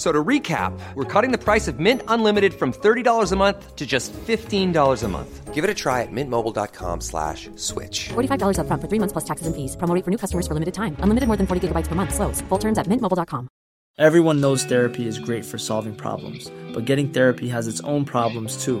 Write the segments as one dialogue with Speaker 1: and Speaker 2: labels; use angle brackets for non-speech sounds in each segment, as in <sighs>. Speaker 1: So to recap, we're cutting the price of Mint Unlimited from $30 a month to just $15 a month. Give it a try at mintmobile.com slash switch.
Speaker 2: $45 up front for three months plus taxes and fees. Promoting for new customers for limited time. Unlimited more than 40 gigabytes per month. Slows. Full terms at mintmobile.com.
Speaker 3: Everyone knows therapy is great for solving problems, but getting therapy has its own problems too,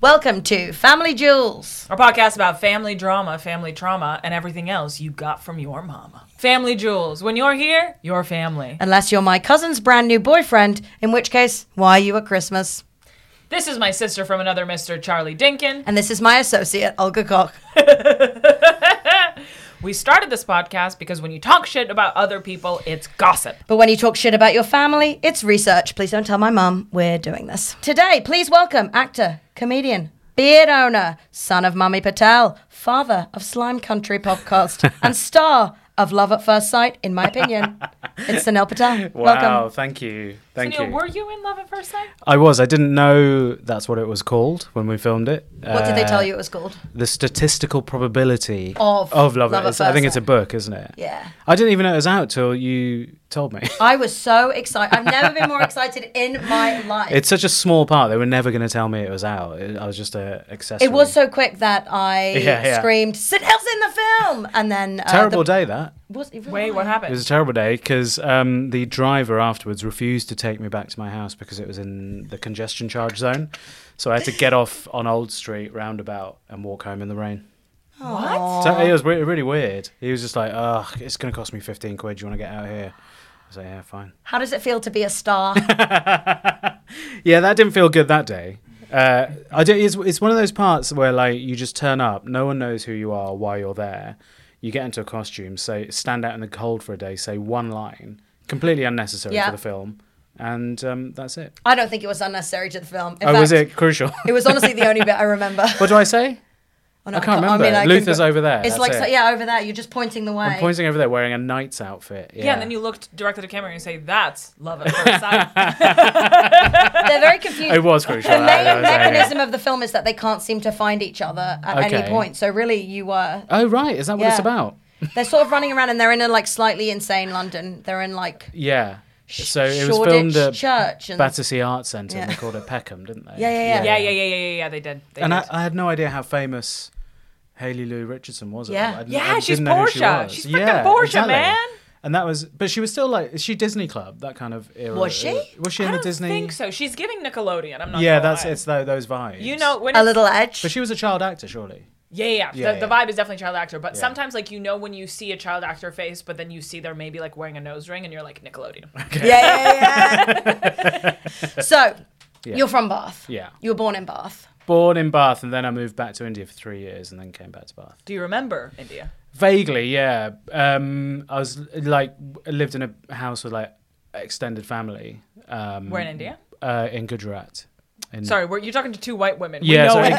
Speaker 4: Welcome to Family Jewels.
Speaker 5: Our podcast about family drama, family trauma, and everything else you got from your mama. Family jewels. When you're here, your family.
Speaker 4: Unless you're my cousin's brand new boyfriend, in which case, why are you at Christmas?
Speaker 5: This is my sister from another Mr. Charlie Dinkin.
Speaker 4: And this is my associate, Olga Koch.
Speaker 5: We started this podcast because when you talk shit about other people, it's gossip.
Speaker 4: But when you talk shit about your family, it's research. Please don't tell my mum we're doing this. Today, please welcome actor, comedian, beard owner, son of Mummy Patel, father of Slime Country
Speaker 6: <laughs>
Speaker 4: podcast, and star of Love at First Sight, in my opinion. it's Sunil Patel.
Speaker 6: <laughs> Wow,
Speaker 4: Welcome.
Speaker 6: thank you. Thank
Speaker 5: Sunil,
Speaker 6: you.
Speaker 5: were you in love at first sight?
Speaker 6: I was. I didn't know that's what it was called when we filmed it. Uh,
Speaker 4: What did they tell you it was called?
Speaker 6: The statistical probability
Speaker 4: Of
Speaker 6: love,
Speaker 4: Love
Speaker 6: at
Speaker 4: at
Speaker 6: First- I think
Speaker 4: First
Speaker 6: it's a
Speaker 4: Sight.
Speaker 6: book, isn't it?
Speaker 4: Yeah.
Speaker 6: I didn't even know it was out till you told
Speaker 4: <laughs>
Speaker 6: me.
Speaker 4: I was so excited. I've never been
Speaker 6: <laughs>
Speaker 4: more excited in my life.
Speaker 6: it's such a small part. They were never going to tell me it was out. It, I was just a accessory.
Speaker 4: It was so quick that I
Speaker 6: <laughs> Yeah, yeah.
Speaker 4: screamed, "Sit Hill's in the film!" And then uh,
Speaker 6: terrible
Speaker 4: the-
Speaker 6: day that.
Speaker 4: Was, it really?
Speaker 5: Wait, what
Speaker 6: It
Speaker 5: happened?
Speaker 6: was a terrible day because um, the driver afterwards refused to take me back to my house because it was in the congestion charge zone. So I had to get off on Old Street roundabout and walk home in the rain.
Speaker 5: what?
Speaker 6: So it was re- really weird. He was just like, "Ugh, it's going to cost me fifteen quid. Do you want to get out of here?" I was like, "Yeah, fine."
Speaker 4: How does it feel to be a
Speaker 6: <laughs>
Speaker 4: star?
Speaker 6: Yeah, that didn't feel good that day. Uh, I do, it's, it's one of those parts where like you just turn up, no one knows who you are, why you're there. You get into a costume, say stand out in the cold for a day, say one line, completely unnecessary
Speaker 4: Yeah.
Speaker 6: for the film, and um, that's it.
Speaker 4: I don't think it was unnecessary to the film. In
Speaker 6: oh, was
Speaker 4: fact,
Speaker 6: it crucial?
Speaker 4: <laughs> It was honestly the only bit I
Speaker 6: <laughs>
Speaker 4: remember.
Speaker 6: what do I say?
Speaker 4: Oh, no,
Speaker 6: I can't
Speaker 4: mean,
Speaker 6: remember.
Speaker 4: I can
Speaker 6: Luther's
Speaker 4: go-
Speaker 6: over there,
Speaker 4: It's
Speaker 6: that's
Speaker 4: like so-
Speaker 6: it.
Speaker 4: yeah, over there. You're just pointing the way.
Speaker 6: I'm pointing over there wearing a knight's outfit. Yeah,
Speaker 5: yeah, and then you looked directly to camera and you say, "That's love at first
Speaker 6: <laughs>
Speaker 5: sight."
Speaker 4: They're very confused.
Speaker 6: It was
Speaker 4: <laughs>
Speaker 6: crucial.
Speaker 4: The
Speaker 6: <laughs> I- I
Speaker 4: main
Speaker 6: was like,
Speaker 4: mechanism of the film is that they can't seem to find each other at any
Speaker 6: Okay.
Speaker 4: point. So really, you were
Speaker 6: Oh right, is that what
Speaker 4: Yeah.
Speaker 6: it's about?
Speaker 4: they're sort of running around and they're in a like slightly insane London. They're in like
Speaker 6: Yeah. So it was
Speaker 4: Shoreditch
Speaker 6: filmed at
Speaker 4: Church and
Speaker 6: Battersea Arts Centre. and
Speaker 4: Yeah.
Speaker 6: They called it Peckham, didn't they?
Speaker 4: Yeah, yeah, yeah.
Speaker 5: yeah, yeah, yeah, yeah, yeah, yeah. They did. They
Speaker 6: And
Speaker 5: did.
Speaker 6: I, I had no idea how famous Haley Lou Richardson was. at
Speaker 4: Yeah.
Speaker 6: all. I didn't-
Speaker 5: Yeah,
Speaker 6: I
Speaker 5: she's
Speaker 6: didn't know who she
Speaker 5: Portia.
Speaker 6: was.
Speaker 5: She's freaking Portia, man.
Speaker 6: And that was, but she was still like, is she Disney Club? That kind of era.
Speaker 4: Was she?
Speaker 6: Was she
Speaker 5: I
Speaker 6: in
Speaker 5: don't
Speaker 6: the Disney?
Speaker 5: think so. She's giving Nickelodeon. I'm not.
Speaker 6: Yeah,
Speaker 5: gonna
Speaker 6: that's
Speaker 5: lie.
Speaker 6: it's tho- those vibes.
Speaker 5: You know when
Speaker 4: a
Speaker 5: it's-
Speaker 4: little edge.
Speaker 6: but she was a child actor, surely.
Speaker 5: Yeah, yeah. yeah.
Speaker 6: Yeah,
Speaker 5: the, the
Speaker 6: yeah.
Speaker 5: vibe is definitely child actor, but sometimes like you know when you see a child actor face, but then you see they're maybe like wearing a nose ring, and you're like
Speaker 6: <laughs>
Speaker 5: Nickelodeon.
Speaker 4: yeah, yeah, yeah. so, you're from Bath.
Speaker 6: Yeah.
Speaker 4: You were born in Bath.
Speaker 6: Born in Bath, and then I moved back to India for three years, and then came back to Bath.
Speaker 5: Do you remember India?
Speaker 6: Vaguely, yeah. Um, I was like, lived in a house with like extended family. Um,
Speaker 5: We're in India.
Speaker 6: Uh, in Gujarat. In,
Speaker 5: Sorry, we're, you're talking to two white women.
Speaker 6: Yeah,
Speaker 5: we know
Speaker 6: so
Speaker 5: it.
Speaker 6: in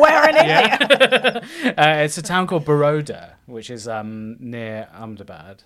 Speaker 5: <laughs> Where in India?
Speaker 6: <laughs> Uh, it's a town called Baroda, which is um, near Ahmedabad.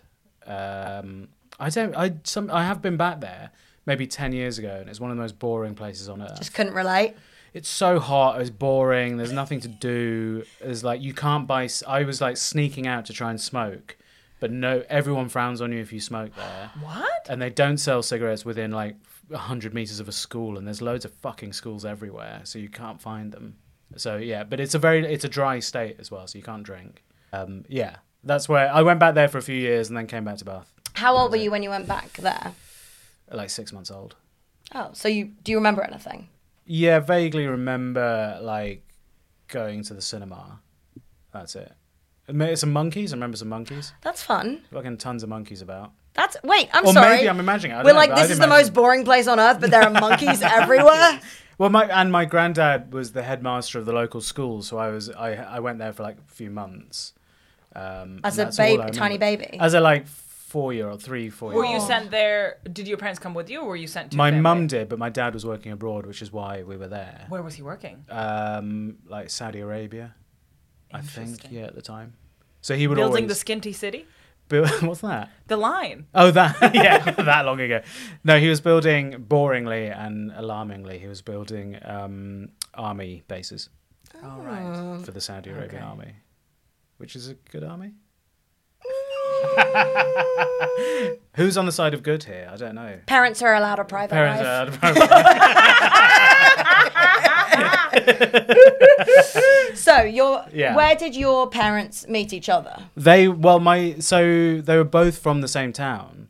Speaker 6: Um, I don't. I some. I have been back there maybe ten years ago, and it's one of the most boring places on earth.
Speaker 4: Just couldn't relate.
Speaker 6: It's so hot. It's boring. There's nothing to do. There's like you can't buy. s- I was like sneaking out to try and smoke, but no. Everyone frowns on you if you smoke there.
Speaker 5: What?
Speaker 6: And they don't sell cigarettes within like hundred meters of a school, and there's loads of fucking schools everywhere, so you can't find them. So yeah, but it's a very it's a dry state as well, so you can't drink. Um, yeah, that's where I went back there for a few years and then came back to Bath,
Speaker 4: How old were you when you went back there?
Speaker 6: like six months old.
Speaker 4: Oh, so you do you remember anything?
Speaker 6: Yeah, vaguely remember like going to the cinema. That's it. Maybe some monkeys. I remember some monkeys.
Speaker 4: That's fun.
Speaker 6: Fucking tons of monkeys about.
Speaker 4: That's wait. I'm
Speaker 6: Or
Speaker 4: sorry.
Speaker 6: maybe I'm imagining it. I
Speaker 4: We're
Speaker 6: don't know,
Speaker 4: like,
Speaker 6: but I
Speaker 4: this
Speaker 6: did
Speaker 4: is the
Speaker 6: imagine
Speaker 4: most boring place on earth, but there are
Speaker 6: <laughs>
Speaker 4: monkeys everywhere.
Speaker 6: Well, my and my granddad was the headmaster of the local school, so I was I I went there for like a few months. Um,
Speaker 4: As
Speaker 6: and
Speaker 4: a
Speaker 6: that's all I
Speaker 4: babe-
Speaker 6: remember.
Speaker 4: tiny baby?
Speaker 6: As a like four year old, three four.
Speaker 5: Were you sent there? Did your parents come with you, or were you sent to?
Speaker 6: My
Speaker 5: family?
Speaker 6: mum did, but my dad was working abroad, which is why we were there.
Speaker 5: Where was he working?
Speaker 6: Um, like Saudi Arabia, I think. Yeah, at the time. So he would
Speaker 5: Building the
Speaker 6: always.
Speaker 5: Skinty City.
Speaker 6: build, <laughs> what's that?
Speaker 5: The line.
Speaker 6: Oh, that <laughs> yeah, that long ago. No, he was building boringly and alarmingly. He was building um, army bases
Speaker 5: All right.
Speaker 6: for the Saudi Arabian army, which is a good army. <laughs> Who's on the side of good here? I don't know.
Speaker 4: Parents are allowed a private
Speaker 6: Parents
Speaker 4: life.
Speaker 6: are.
Speaker 4: So your
Speaker 6: Yeah.
Speaker 4: where did your parents meet each other?
Speaker 6: they well, my so they were both from the same town,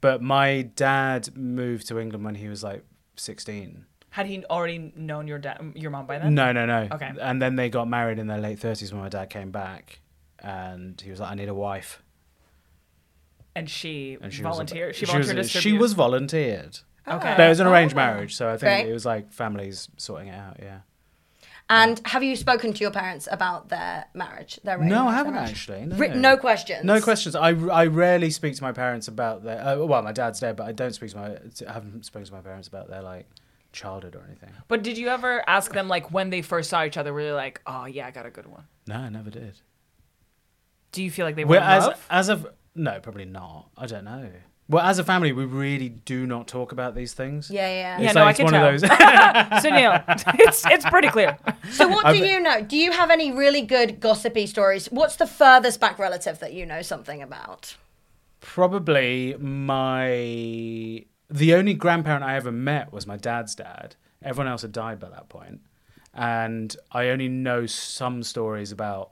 Speaker 6: but my dad moved to England when he was like sixteen.
Speaker 5: Had he already known your dad, your mom by then?
Speaker 6: No, no, no.
Speaker 5: Okay.
Speaker 6: And then they got married in their late thirties when my dad came back, and he was like, "I need a wife."
Speaker 5: And she,
Speaker 6: And she
Speaker 5: volunteered.
Speaker 6: Was,
Speaker 5: she
Speaker 6: she
Speaker 5: volunteered.
Speaker 6: was,
Speaker 5: to
Speaker 6: she was volunteered.
Speaker 5: Okay. Oh,
Speaker 6: There was an arranged marriage, so I think
Speaker 4: Great.
Speaker 6: it was like families sorting it out. Yeah.
Speaker 4: And have you spoken to your parents about their marriage? Their
Speaker 6: No,
Speaker 4: arranged
Speaker 6: I haven't
Speaker 4: marriage?
Speaker 6: actually.
Speaker 4: Ri- no questions.
Speaker 6: No questions. I, I rarely speak to my parents about their. Uh, well, my dad's dead, but I don't speak to my. I haven't spoken to my parents about their like childhood or anything.
Speaker 5: But did you ever ask them like when they first saw each other? Were they like, oh yeah, I got a good one?
Speaker 6: No, I never did.
Speaker 5: Do you feel like they were
Speaker 6: Well,
Speaker 5: in
Speaker 6: as
Speaker 5: love?
Speaker 6: as of no, probably not. I don't know. Well, as a family, we really do not talk about these things.
Speaker 4: Yeah, yeah.
Speaker 5: Yeah,
Speaker 6: It's
Speaker 5: no,
Speaker 6: like
Speaker 5: I
Speaker 6: it's
Speaker 5: can
Speaker 6: one
Speaker 5: tell.
Speaker 6: of
Speaker 5: <laughs>
Speaker 6: those.
Speaker 5: so Neil, it's it's pretty clear.
Speaker 4: So what do you know? Do you have any really good gossipy stories? What's the furthest back relative that you know something about?
Speaker 6: probably my the only grandparent I ever met was my dad's dad. Everyone else had died by that point, and I only know some stories about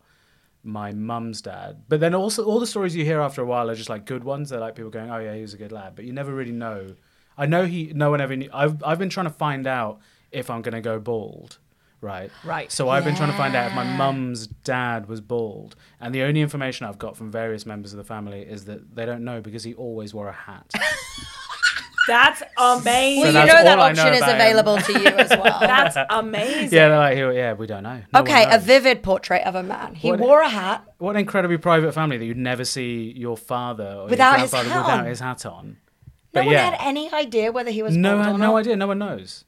Speaker 6: my mum's dad. But then also all the stories you hear after a while are just like good ones. They're like people going, "Oh yeah, he was a good lad," but you never really know. I know he. No one ever. Knew, I've I've been trying to find out if I'm gonna go bald. Right.
Speaker 5: Right.
Speaker 6: So I've been trying to find out if my mum's dad was bald, and the only information I've got from various members of the family is that they don't know because he always wore a hat.
Speaker 4: <laughs>
Speaker 5: That's amazing.
Speaker 4: Well, you
Speaker 6: that's
Speaker 4: know that
Speaker 6: all I know
Speaker 4: option is
Speaker 6: about him.
Speaker 4: available to you as
Speaker 6: <laughs>
Speaker 4: well.
Speaker 5: That's amazing.
Speaker 6: yeah, they're like, "He- yeah, we don't know. No one
Speaker 4: okay, a
Speaker 6: knows."
Speaker 4: vivid portrait of a man. He
Speaker 6: What-
Speaker 4: wore a hat.
Speaker 6: What an incredibly private family that you'd never see your father or
Speaker 4: Without
Speaker 6: your
Speaker 4: his
Speaker 6: grandfather
Speaker 4: hat
Speaker 6: without
Speaker 4: on.
Speaker 6: his hat on.
Speaker 4: No
Speaker 6: But
Speaker 4: one
Speaker 6: yeah.
Speaker 4: had any idea whether he was
Speaker 6: No,
Speaker 4: bald
Speaker 6: no
Speaker 4: or not.
Speaker 6: idea. No one knows.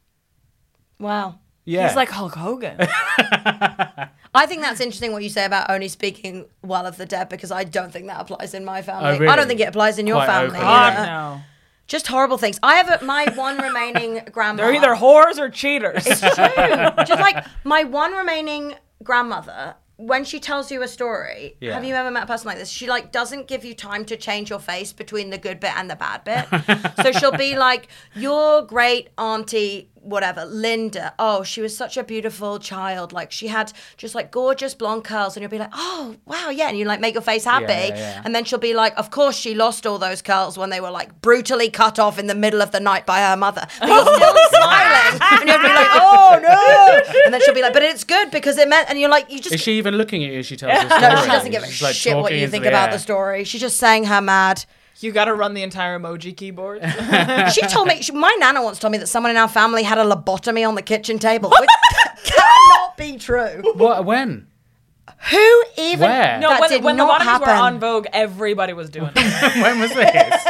Speaker 4: Wow.
Speaker 6: Yeah.
Speaker 5: He's like Hulk
Speaker 6: <laughs>
Speaker 5: Hogan.
Speaker 4: I think that's interesting what you say about only speaking well of the dead because I don't think that applies in my family.
Speaker 6: Oh, really?
Speaker 4: I don't think it applies in your
Speaker 6: Quite
Speaker 4: family.
Speaker 6: open.
Speaker 5: God
Speaker 4: either.
Speaker 5: no.
Speaker 4: Just horrible things. I have a, my one
Speaker 6: <laughs>
Speaker 4: remaining grandma.
Speaker 5: They're either whores or cheaters.
Speaker 4: It's true. Just like my one remaining grandmother, when she tells you a story,
Speaker 6: Yeah.
Speaker 4: have you ever met a person like this? She like doesn't give you time to change your face between the good bit and the bad
Speaker 6: <laughs>
Speaker 4: bit. so she'll be like, "Your great auntie." Whatever, Linda. Oh, she was such a beautiful child. Like she had just like gorgeous blonde curls, and you'll be like, "Oh, wow, yeah," and you like make your face happy,
Speaker 6: yeah, yeah.
Speaker 4: and then she'll be like, "Of course, she lost all those curls when they were like brutally cut off in the middle of the night by her
Speaker 5: <laughs>
Speaker 4: mother." But you're still smiling, and you'll be like, "Oh no!" And then she'll be like, "But it's good because it meant," and you're like, "You just
Speaker 6: Is she even looking at you? as She tells. the
Speaker 4: <laughs> no, she
Speaker 6: story?
Speaker 4: doesn't give a
Speaker 6: She's, like,
Speaker 4: shit what
Speaker 6: talking
Speaker 4: you
Speaker 6: into
Speaker 4: think about
Speaker 6: air.
Speaker 4: the story. She's just saying her mad."
Speaker 5: you got to run the entire emoji keyboard.
Speaker 4: She told me she, my nana once told me that someone in our family had a lobotomy on the kitchen table,
Speaker 5: <laughs>
Speaker 4: which cannot be true.
Speaker 6: What? When? <laughs>
Speaker 4: Who even?
Speaker 6: Where?
Speaker 5: No,
Speaker 4: that
Speaker 5: <laughs> when,
Speaker 4: did
Speaker 5: when the
Speaker 4: not
Speaker 5: lobotomies
Speaker 4: happen.
Speaker 5: were on Vogue, everybody was doing it.
Speaker 6: when was this?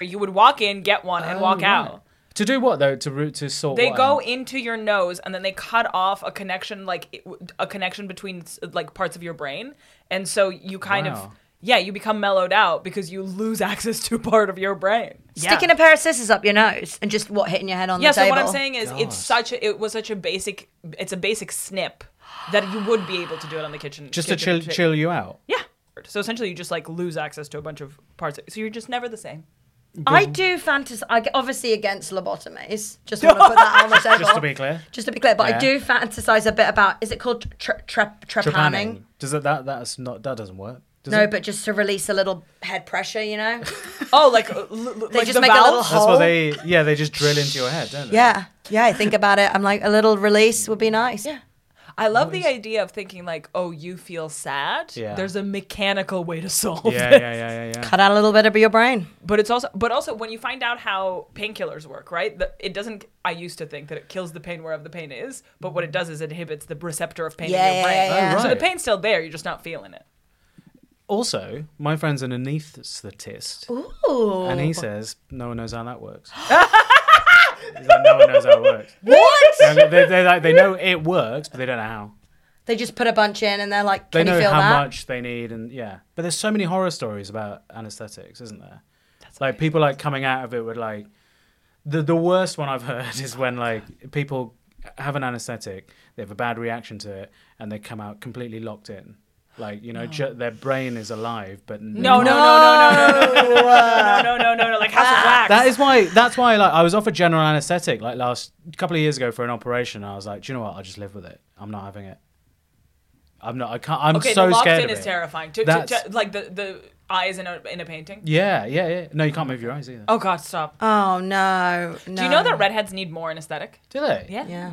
Speaker 5: You would walk in, get one, and walk out.
Speaker 6: To do what though? To root to sort.
Speaker 5: They
Speaker 6: what
Speaker 5: go
Speaker 6: out?
Speaker 5: into your nose and then they cut off a connection, like it- a connection between like parts of your brain, and so you kind of
Speaker 6: Wow.
Speaker 5: yeah, you become mellowed out because you lose <laughs> access to part of your brain. Yeah.
Speaker 4: Sticking a pair of scissors up your nose and just what hitting your head on
Speaker 5: yeah.
Speaker 4: the
Speaker 5: So
Speaker 4: table.
Speaker 5: what I'm saying is, it's such a, it was such a basic, it's a basic snip that you would be able to do it on the kitchen.
Speaker 6: just to
Speaker 5: kitchen
Speaker 6: chill
Speaker 5: ta-
Speaker 6: chill you out.
Speaker 5: Yeah. So essentially, you just like lose access to a bunch of parts. So you're just never the same. <laughs>
Speaker 4: I do fantasize. I obviously against lobotomies. Just want to put that
Speaker 6: <laughs>
Speaker 4: on the table.
Speaker 6: Just to be clear.
Speaker 4: Just to be clear, but I
Speaker 6: Yeah.
Speaker 4: do fantasize a bit about. Is it called tra- tra- trepanning?
Speaker 6: Trepanning. Does that that that's not that doesn't work. Does
Speaker 4: No,
Speaker 6: it?
Speaker 4: but just to release a little head pressure, you
Speaker 6: <laughs>
Speaker 4: know.
Speaker 5: Oh, like uh, l- l-
Speaker 4: <laughs> They
Speaker 5: like
Speaker 4: just
Speaker 5: the
Speaker 4: make a
Speaker 5: valve?
Speaker 4: little
Speaker 6: that's
Speaker 4: hole.
Speaker 6: what they yeah they just drill into your head, don't they?
Speaker 4: yeah, yeah. I think about it. I'm like a little release would be nice. Yeah.
Speaker 5: I love the idea of thinking like, oh, you feel sad.
Speaker 6: Yeah.
Speaker 5: There's a mechanical way to solve
Speaker 6: Yeah,
Speaker 5: it.
Speaker 4: <laughs>
Speaker 6: yeah, yeah, yeah, Oh, yeah.
Speaker 4: Cut out a little bit of your brain.
Speaker 5: But it's also, but also when you find out how painkillers work, right? The, it doesn't. I used to think that it kills the pain wherever the pain is, but what it does is it inhibits the receptor of pain
Speaker 4: Yeah,
Speaker 5: in
Speaker 4: yeah,
Speaker 5: your brain.
Speaker 4: yeah, yeah.
Speaker 5: So
Speaker 6: Oh,
Speaker 5: the
Speaker 6: right.
Speaker 5: pain's still there. You're just not feeling it.
Speaker 6: Also, my friend's an anesthetist,
Speaker 4: Ooh.
Speaker 6: and he says no one knows how
Speaker 4: <laughs>
Speaker 6: that works. He's like, no one knows how it works.
Speaker 4: What?
Speaker 6: And they, they, they, like, they know it works, but they don't know how.
Speaker 4: they just put a bunch in and they're like,
Speaker 6: They
Speaker 4: "Can
Speaker 6: know
Speaker 4: you feel
Speaker 6: how
Speaker 4: that?"
Speaker 6: much they need, and yeah. But there's so many horror stories about anesthetics, isn't there? like people like coming out of it with like the the worst one I've <laughs> heard is when like people have an anesthetic, they have a bad reaction to it, and they come out completely locked in. Like you know, ju- their brain is alive, but
Speaker 5: No, no, no, no, no, no, no, no, no, no, no, no, like House of Wax.
Speaker 6: That is why. That's why. Like, I was offered general anaesthetic like last couple of years ago for an operation. And I was like, do you know what? I'll just live with it. I'm not having it. I'm not. I can't. I'm
Speaker 5: okay,
Speaker 6: so
Speaker 5: the locked
Speaker 6: scared.
Speaker 5: in
Speaker 6: of
Speaker 5: is
Speaker 6: it.
Speaker 5: terrifying. To, to,
Speaker 6: That's-
Speaker 5: to, like the the eyes in a in a painting.
Speaker 6: Yeah, yeah, yeah. No, you can't move your eyes either.
Speaker 5: Oh God, stop.
Speaker 4: Oh no, no.
Speaker 5: Do you know that redheads need more anesthetic?
Speaker 6: Do they?
Speaker 5: Yeah.
Speaker 4: <laughs> Yeah.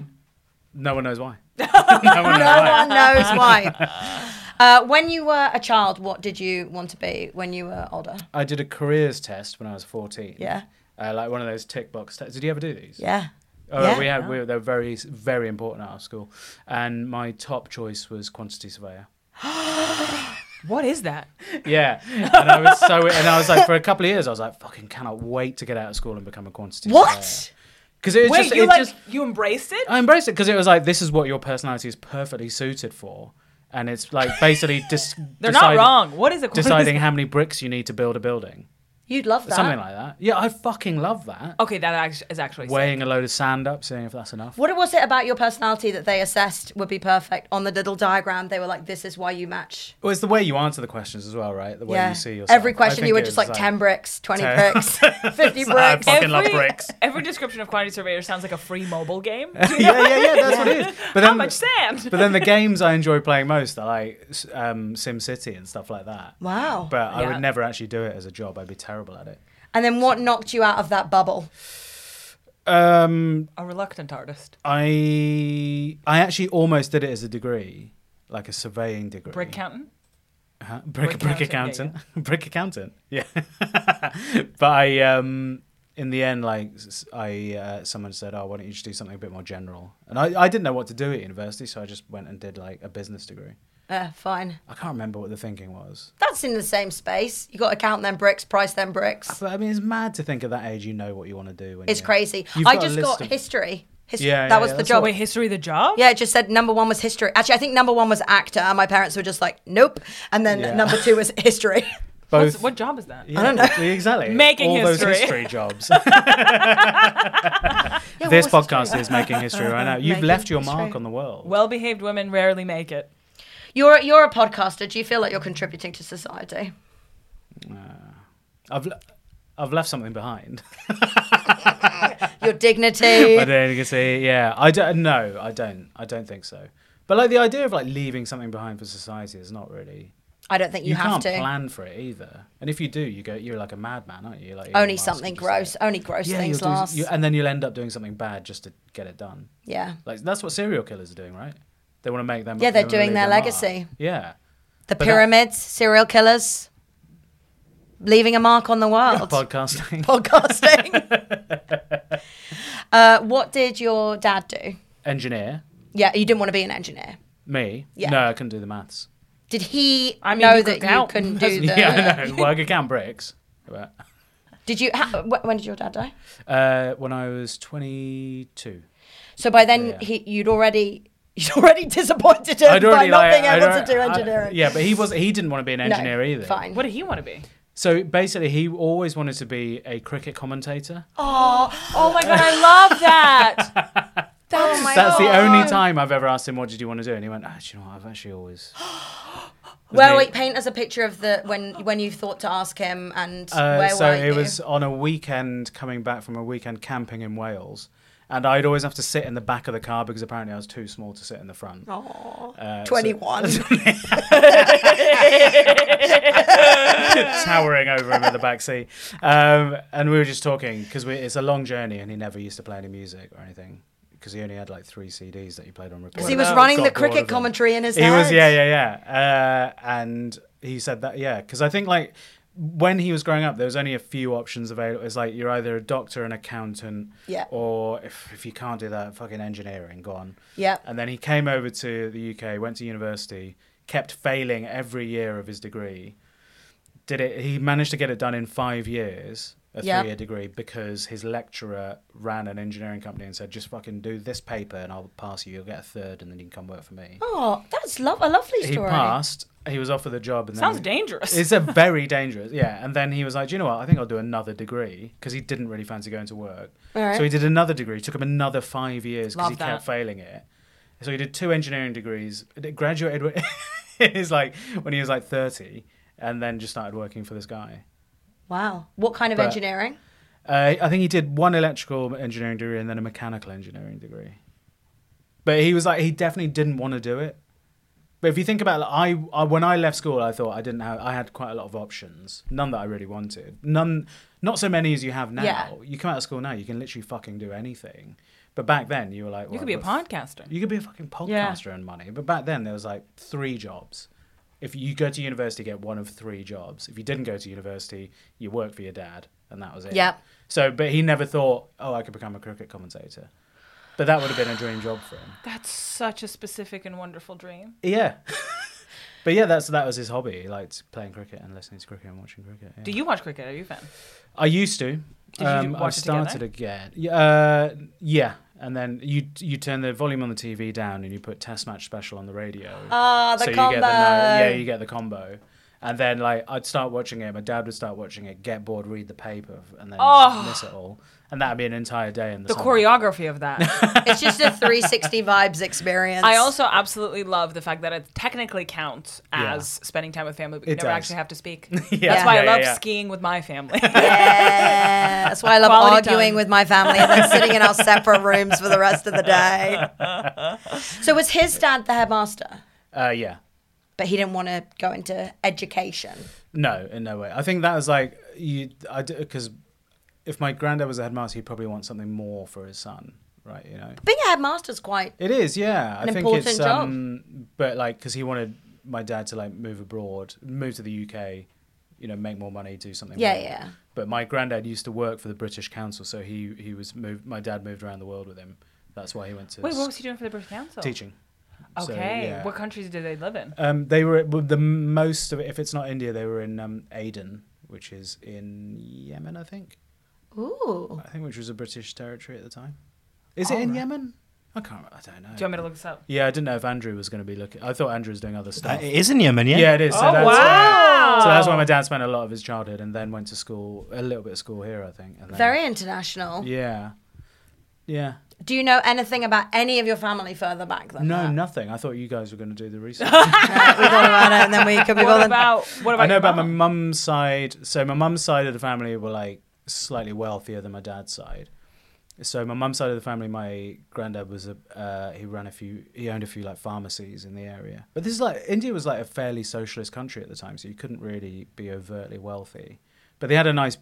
Speaker 6: No one
Speaker 5: <laughs>
Speaker 6: knows why. <laughs> no one knows
Speaker 4: No
Speaker 6: why.
Speaker 4: one knows
Speaker 6: <laughs>
Speaker 4: why. Uh, when you were a child, what did you want to be when you were older?
Speaker 6: I did a careers test when I was 14.
Speaker 4: Yeah.
Speaker 6: Uh, like one of those tick box tests. Did you ever do these?
Speaker 4: Yeah.
Speaker 6: Oh,
Speaker 4: Yeah.
Speaker 6: we had. We, they were very, very important at our school, and my top choice was quantity surveyor.
Speaker 5: What is <laughs> that?
Speaker 6: Yeah, and I was so, and I was like, for a couple of years, I was like, fucking cannot wait to get out of school and become a quantity.
Speaker 4: What?
Speaker 6: Because it was
Speaker 5: Wait,
Speaker 6: just,
Speaker 5: you
Speaker 6: it
Speaker 5: like
Speaker 6: just,
Speaker 5: you embraced it?
Speaker 6: I embraced it because it was like, this is what your personality is perfectly suited for, and it's like basically just.
Speaker 5: <laughs> They're not wrong. What is a quantity-
Speaker 6: Deciding how many bricks you need to build a building,
Speaker 4: You'd love that.
Speaker 6: something like that. Yeah, I fucking love that.
Speaker 5: Okay, that act- is actually sick. <laughs>
Speaker 6: Weighing a load of sand up, seeing if that's enough.
Speaker 4: What was it about your personality that they assessed would be perfect on the little diagram? They were like, "This is why you match."
Speaker 6: Well, it's the way you answer the questions as well, right? The way
Speaker 4: yeah.
Speaker 6: you see yourself.
Speaker 4: Every
Speaker 6: I
Speaker 4: question
Speaker 6: think
Speaker 4: you were
Speaker 6: it
Speaker 4: just
Speaker 6: was
Speaker 4: like, ten bricks, twenty
Speaker 6: 10. <laughs>
Speaker 4: bricks, fifty
Speaker 6: I
Speaker 4: bricks.
Speaker 6: fucking love bricks.
Speaker 5: Every description of quantity surveyor sounds like a free mobile game.
Speaker 6: <laughs> <laughs> yeah, yeah, yeah. That's
Speaker 4: <laughs>
Speaker 6: what it is. But then,
Speaker 5: How much sand?
Speaker 6: But then the games I enjoy playing most are like s- um, Sim City and stuff like that.
Speaker 4: Wow.
Speaker 6: But I
Speaker 5: Yeah.
Speaker 6: would never actually do it as a job. I'd be terrible at it.
Speaker 4: and then what knocked you out of that bubble?
Speaker 6: Um,
Speaker 5: a reluctant artist.
Speaker 6: I I actually almost did it as a degree, like a surveying degree.
Speaker 5: Brick counting?
Speaker 6: Huh?
Speaker 5: Brick
Speaker 6: Brick, brick,
Speaker 5: accountant,
Speaker 6: accountant. <laughs> brick accountant. Yeah. <laughs> but I um in the end like s- I uh, someone said, "Oh, why don't you just do something a bit more general?" And I, I didn't know what to do at university, so I just went and did like a business degree.
Speaker 4: Uh, fine.
Speaker 6: I can't remember what the thinking was.
Speaker 4: That's in the same space. You got to count them bricks, price them bricks.
Speaker 6: But I mean, it's mad to think at that age you know what you want to do. When
Speaker 4: It's
Speaker 6: you're-
Speaker 4: crazy.
Speaker 6: You've
Speaker 4: I
Speaker 6: a
Speaker 4: just
Speaker 6: list
Speaker 4: got
Speaker 6: of-
Speaker 4: history. History.
Speaker 6: Yeah,
Speaker 4: that
Speaker 6: yeah,
Speaker 4: was
Speaker 6: yeah,
Speaker 4: the
Speaker 6: that's what-
Speaker 4: job.
Speaker 5: Wait, history of the job?
Speaker 4: Yeah, it just said number one was history. Actually, I think number one was actor, and my parents were just like, nope. And then
Speaker 6: Yeah.
Speaker 4: number two was
Speaker 6: <laughs>
Speaker 4: history.
Speaker 6: Both.
Speaker 5: What's, what job is that?
Speaker 6: I don't
Speaker 4: <laughs>
Speaker 6: know exactly.
Speaker 5: Making
Speaker 6: all
Speaker 5: history.
Speaker 6: those history jobs.
Speaker 4: Yeah,
Speaker 6: this
Speaker 4: what was history?
Speaker 6: podcast is making history right
Speaker 4: <laughs>
Speaker 6: now. You've
Speaker 4: Making
Speaker 6: left your
Speaker 4: history.
Speaker 6: mark on the world.
Speaker 5: Well behaved women rarely make it.
Speaker 4: You're you're a podcaster. Do you feel like you're contributing to society?
Speaker 6: I've le- I've left something behind.
Speaker 4: Your dignity.
Speaker 6: I don't see. Yeah, I don't. No, I don't. I don't think so. But like the idea of like leaving something behind for society is not really.
Speaker 4: I don't think you,
Speaker 6: You,
Speaker 4: have
Speaker 6: can't
Speaker 4: to.
Speaker 6: plan for it either. And if you do, you go. You're like a madman, aren't you? Like Elon
Speaker 4: Only
Speaker 6: Musk,
Speaker 4: something
Speaker 6: you just like-
Speaker 4: gross. Only gross
Speaker 6: Yeah,
Speaker 4: things
Speaker 6: you'll do-
Speaker 4: last.
Speaker 6: you- and then you'll end up doing something bad just to get it done.
Speaker 4: yeah.
Speaker 6: Like that's what serial killers are doing, right? They want to make them.
Speaker 4: Yeah, they're
Speaker 6: they wanna
Speaker 4: doing
Speaker 6: leave
Speaker 4: their
Speaker 6: mark.
Speaker 4: legacy.
Speaker 6: Yeah.
Speaker 4: The
Speaker 6: that-
Speaker 4: pyramids, serial killers, leaving a mark on the world. <laughs>
Speaker 6: Podcasting. <laughs>
Speaker 4: Podcasting. uh, what did your dad do?
Speaker 6: Engineer.
Speaker 4: Yeah, you didn't want to be an engineer.
Speaker 6: Me.
Speaker 4: Yeah.
Speaker 6: No, I couldn't do the maths.
Speaker 4: Did he
Speaker 5: I mean,
Speaker 4: know
Speaker 5: you
Speaker 4: that
Speaker 5: could
Speaker 4: you
Speaker 6: <laughs>
Speaker 5: count.
Speaker 4: couldn't do the?
Speaker 6: Yeah, I know. Well, I could count bricks. But
Speaker 4: Did you? Ha- wh- when did your dad die?
Speaker 6: Uh, when I was 22.
Speaker 4: So by then he, you'd already <laughs> you'd already disappointed him by not
Speaker 6: like,
Speaker 4: being
Speaker 6: I'd
Speaker 4: able to
Speaker 6: already-
Speaker 4: do
Speaker 6: I-
Speaker 4: engineering.
Speaker 6: yeah, but he was he didn't want to be an
Speaker 4: No,
Speaker 6: engineer either.
Speaker 4: Fine.
Speaker 5: What did he want to be?
Speaker 6: So basically, he always wanted to be a cricket commentator.
Speaker 5: Oh my god, I love <laughs> that.
Speaker 6: <laughs>
Speaker 4: oh my
Speaker 6: That's the
Speaker 4: God.
Speaker 6: only time I've ever asked him, "What did you want to do?" And he went, ah, do "You know what? I've
Speaker 4: <gasps>
Speaker 6: actually always."
Speaker 4: Well,
Speaker 6: me.
Speaker 4: wait, paint us a picture of the when when you thought to ask him and
Speaker 6: Uh,
Speaker 4: where
Speaker 6: so
Speaker 4: were
Speaker 6: it
Speaker 4: you?
Speaker 6: was on a weekend coming back from a weekend camping in Wales, and I'd always have to sit in the back of the car because apparently I was too small to sit in the front. uh, <laughs>
Speaker 4: Twenty one.
Speaker 6: towering over him in the back seat. Um, and we were just talking because it's a long journey, and he never used to play any music or anything because he only had like three CDs that he played on repeat.
Speaker 4: he was running
Speaker 6: Got
Speaker 4: the
Speaker 6: bored of
Speaker 4: cricket
Speaker 6: them.
Speaker 4: commentary in his
Speaker 6: He
Speaker 4: head.
Speaker 6: was, yeah, yeah, yeah. Uh, and he said that, yeah, because I think like when he was growing up, there was only a few options available. It's like you're either a doctor, an accountant,
Speaker 4: Yeah.
Speaker 6: or if, if you can't do that, fucking engineering, gone.
Speaker 4: Yeah.
Speaker 6: And then he came over to the UK, went to university, kept failing every year of his degree did it he managed to get it done in five years a
Speaker 4: Yeah.
Speaker 6: three-year degree because his lecturer ran an engineering company and said just fucking do this paper and i'll pass you you'll get a third and then you can come work for me
Speaker 4: Oh, that's lo- a lovely
Speaker 6: he
Speaker 4: story.
Speaker 6: passed he was offered the job and
Speaker 5: Sounds
Speaker 6: then
Speaker 5: dangerous. <laughs>
Speaker 6: it's a very dangerous yeah and then he was like do you know what i think i'll do another degree because he didn't really fancy going to work
Speaker 4: Alright.
Speaker 6: so he did another degree took him another five years because
Speaker 5: Love
Speaker 6: he
Speaker 5: that.
Speaker 6: kept failing it so he did two engineering degrees graduated <laughs> with- is like when he was like 30 and then just started working for this guy
Speaker 4: Wow. What kind of
Speaker 6: But- <laughs>
Speaker 4: engineering?
Speaker 6: uh, I think he did one electrical engineering degree and then a mechanical engineering degree. But he was like, he definitely didn't want to do it. But if you think about it, I, I when I left school, I thought I didn't have, I had quite a lot of options. None that I really wanted. None, not so many as you have now.
Speaker 4: Yeah.
Speaker 6: You come out of school now, you can literally fucking do anything. But back then, you were like,
Speaker 5: You
Speaker 6: well,
Speaker 5: could be a
Speaker 6: what the
Speaker 5: podcaster.
Speaker 6: you could be a fucking podcaster and money. But back then there was like three jobs. If you go to university, get one of three jobs. If you didn't go to university, you worked for your dad, and that was it.
Speaker 4: Yep.
Speaker 6: So, but he never thought, oh, I could become a cricket commentator. But that would have been a dream job for him.
Speaker 5: That's such a specific and wonderful dream.
Speaker 6: Yeah. but yeah, that's that was his hobby. He liked playing cricket and listening to cricket and watching cricket. yeah.
Speaker 5: Do you watch cricket? Are you a fan?
Speaker 6: I used to.
Speaker 5: you do-
Speaker 6: I
Speaker 5: watch it together?
Speaker 6: started again. Yeah, uh, yeah, and then you you turn the volume on the TV down and you put Test Match Special on the radio.
Speaker 4: Ah, the
Speaker 6: so You get the, no- yeah,
Speaker 4: combo.
Speaker 6: you get the combo. And then like I'd start watching it. My dad would start watching it. Get bored, read the paper, and then just miss it all. And that'd be an entire day in
Speaker 5: Oh.
Speaker 6: the,
Speaker 5: The
Speaker 6: summer.
Speaker 5: choreography of that.
Speaker 4: it's just a 360 vibes experience.
Speaker 5: <laughs> I also absolutely love the fact that it technically counts as spending time with family, but you
Speaker 6: It
Speaker 5: never
Speaker 6: does.
Speaker 5: actually have to <laughs> speak.
Speaker 6: <laughs> Yeah.
Speaker 5: That's why
Speaker 6: Yeah,
Speaker 5: I
Speaker 6: yeah,
Speaker 5: love
Speaker 6: yeah.
Speaker 5: skiing with my <laughs> family.
Speaker 4: Yeah, that's why I love
Speaker 5: Quality
Speaker 4: arguing
Speaker 5: time.
Speaker 4: with my family and then sitting in
Speaker 6: <laughs>
Speaker 4: our separate rooms for the rest of the day. So was his dad the headmaster,
Speaker 6: Uh, yeah.
Speaker 4: but he didn't want to go into education.
Speaker 6: No, in no way. I think that was like you. I because if my granddad was a headmaster, he'd probably want something more for his son, right? You know.
Speaker 4: Being a headmaster's quite
Speaker 6: It is, yeah. I think
Speaker 4: important
Speaker 6: it's
Speaker 4: job.
Speaker 6: um but like cuz he wanted my dad to like move abroad, move to the UK, you know, make more money, do something
Speaker 4: Yeah,
Speaker 6: more.
Speaker 4: yeah.
Speaker 6: But my granddad used to work for the British Council, so he he was moved my dad moved around the world with him. That's why he went to
Speaker 5: Wait, what
Speaker 6: s-
Speaker 5: was he doing for the British Council?
Speaker 6: teaching. So,
Speaker 5: Okay.
Speaker 6: yeah.
Speaker 5: What countries did they live in?
Speaker 6: Um they were well, the most of it if it's not India, they were in um Aden, which is in Yemen, I think.
Speaker 4: ooh.
Speaker 6: I think which was a British territory at the time. Is it in Yemen? I can't remember. I don't know.
Speaker 5: Do you want me to look this up?
Speaker 6: Yeah, I didn't know if Andrew was going to be looking. I thought Andrew was doing other
Speaker 7: Uh,
Speaker 6: stuff.
Speaker 7: it is in Yemen, yeah?
Speaker 6: yeah, it is. So, that's,
Speaker 5: wow.
Speaker 6: why, so that's why my dad spent a lot of his childhood and then went to school, a little bit of school here, I think. And then,
Speaker 4: Very international.
Speaker 6: Yeah. Yeah.
Speaker 4: Do you know anything about any of your family further back than
Speaker 6: No,
Speaker 4: that?
Speaker 6: nothing. I thought you guys were going to do the research.
Speaker 4: we thought about it, and then we
Speaker 6: <laughs>
Speaker 4: could be
Speaker 5: What
Speaker 4: bothered.
Speaker 5: about what about
Speaker 6: I know
Speaker 5: your <laughs>
Speaker 6: about my
Speaker 5: mom?
Speaker 6: mum's side. So my mum's side of the family were like slightly wealthier than my dad's side. So my mum's side of the family, my granddad was a uh, he ran a few he owned a few like pharmacies in the area. But this is like India was like a fairly socialist country at the time, so you couldn't really be overtly wealthy. But they had a nice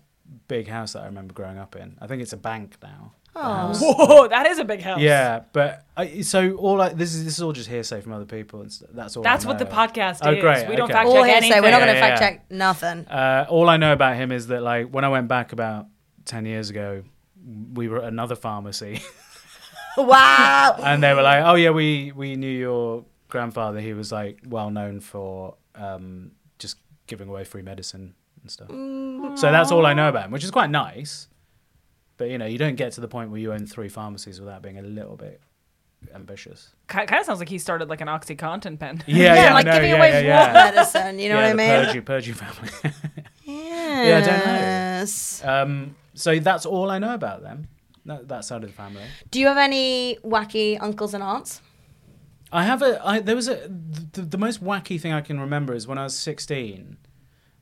Speaker 6: big house that I remember growing up in. I think it's a bank now. the house.
Speaker 5: Whoa, that is a big house.
Speaker 6: Yeah, but I, so all I, this is this is all just hearsay from other people. And s- that's all. I
Speaker 5: That's what the
Speaker 6: know.
Speaker 5: podcast
Speaker 6: Oh,
Speaker 5: is.
Speaker 6: great,
Speaker 5: We don't
Speaker 6: okay.
Speaker 5: fact
Speaker 4: All
Speaker 5: check
Speaker 4: here say
Speaker 5: anything.
Speaker 4: we're not
Speaker 6: Yeah,
Speaker 4: going to
Speaker 6: yeah,
Speaker 4: fact
Speaker 6: yeah.
Speaker 4: check
Speaker 6: <laughs>
Speaker 4: nothing.
Speaker 6: Uh, all I know about him is that like when I went back about ten years ago, we were at another pharmacy, <laughs>
Speaker 4: wow.
Speaker 6: and they were like, "Oh yeah, we we knew your grandfather. He was like well known for um, just giving away free medicine and stuff. So that's all I know about him, which is quite nice. But you know, you don't get to the point where you own three pharmacies without being a little bit ambitious.
Speaker 5: Kind of sounds like he started like an OxyContin pen.
Speaker 6: <laughs> Yeah,
Speaker 4: yeah, like giving away war medicine. You know
Speaker 6: yeah,
Speaker 4: what I
Speaker 6: the
Speaker 4: mean?
Speaker 6: Purgy, Purgy family. <laughs> I
Speaker 4: Yes.
Speaker 6: don't know.
Speaker 4: I don't know.
Speaker 6: um, so that's all I know about them. That, that side of the family.
Speaker 4: Do you have any wacky uncles and aunts?
Speaker 6: I have a. I, there was a. The, the most wacky thing I can remember is when I was 16,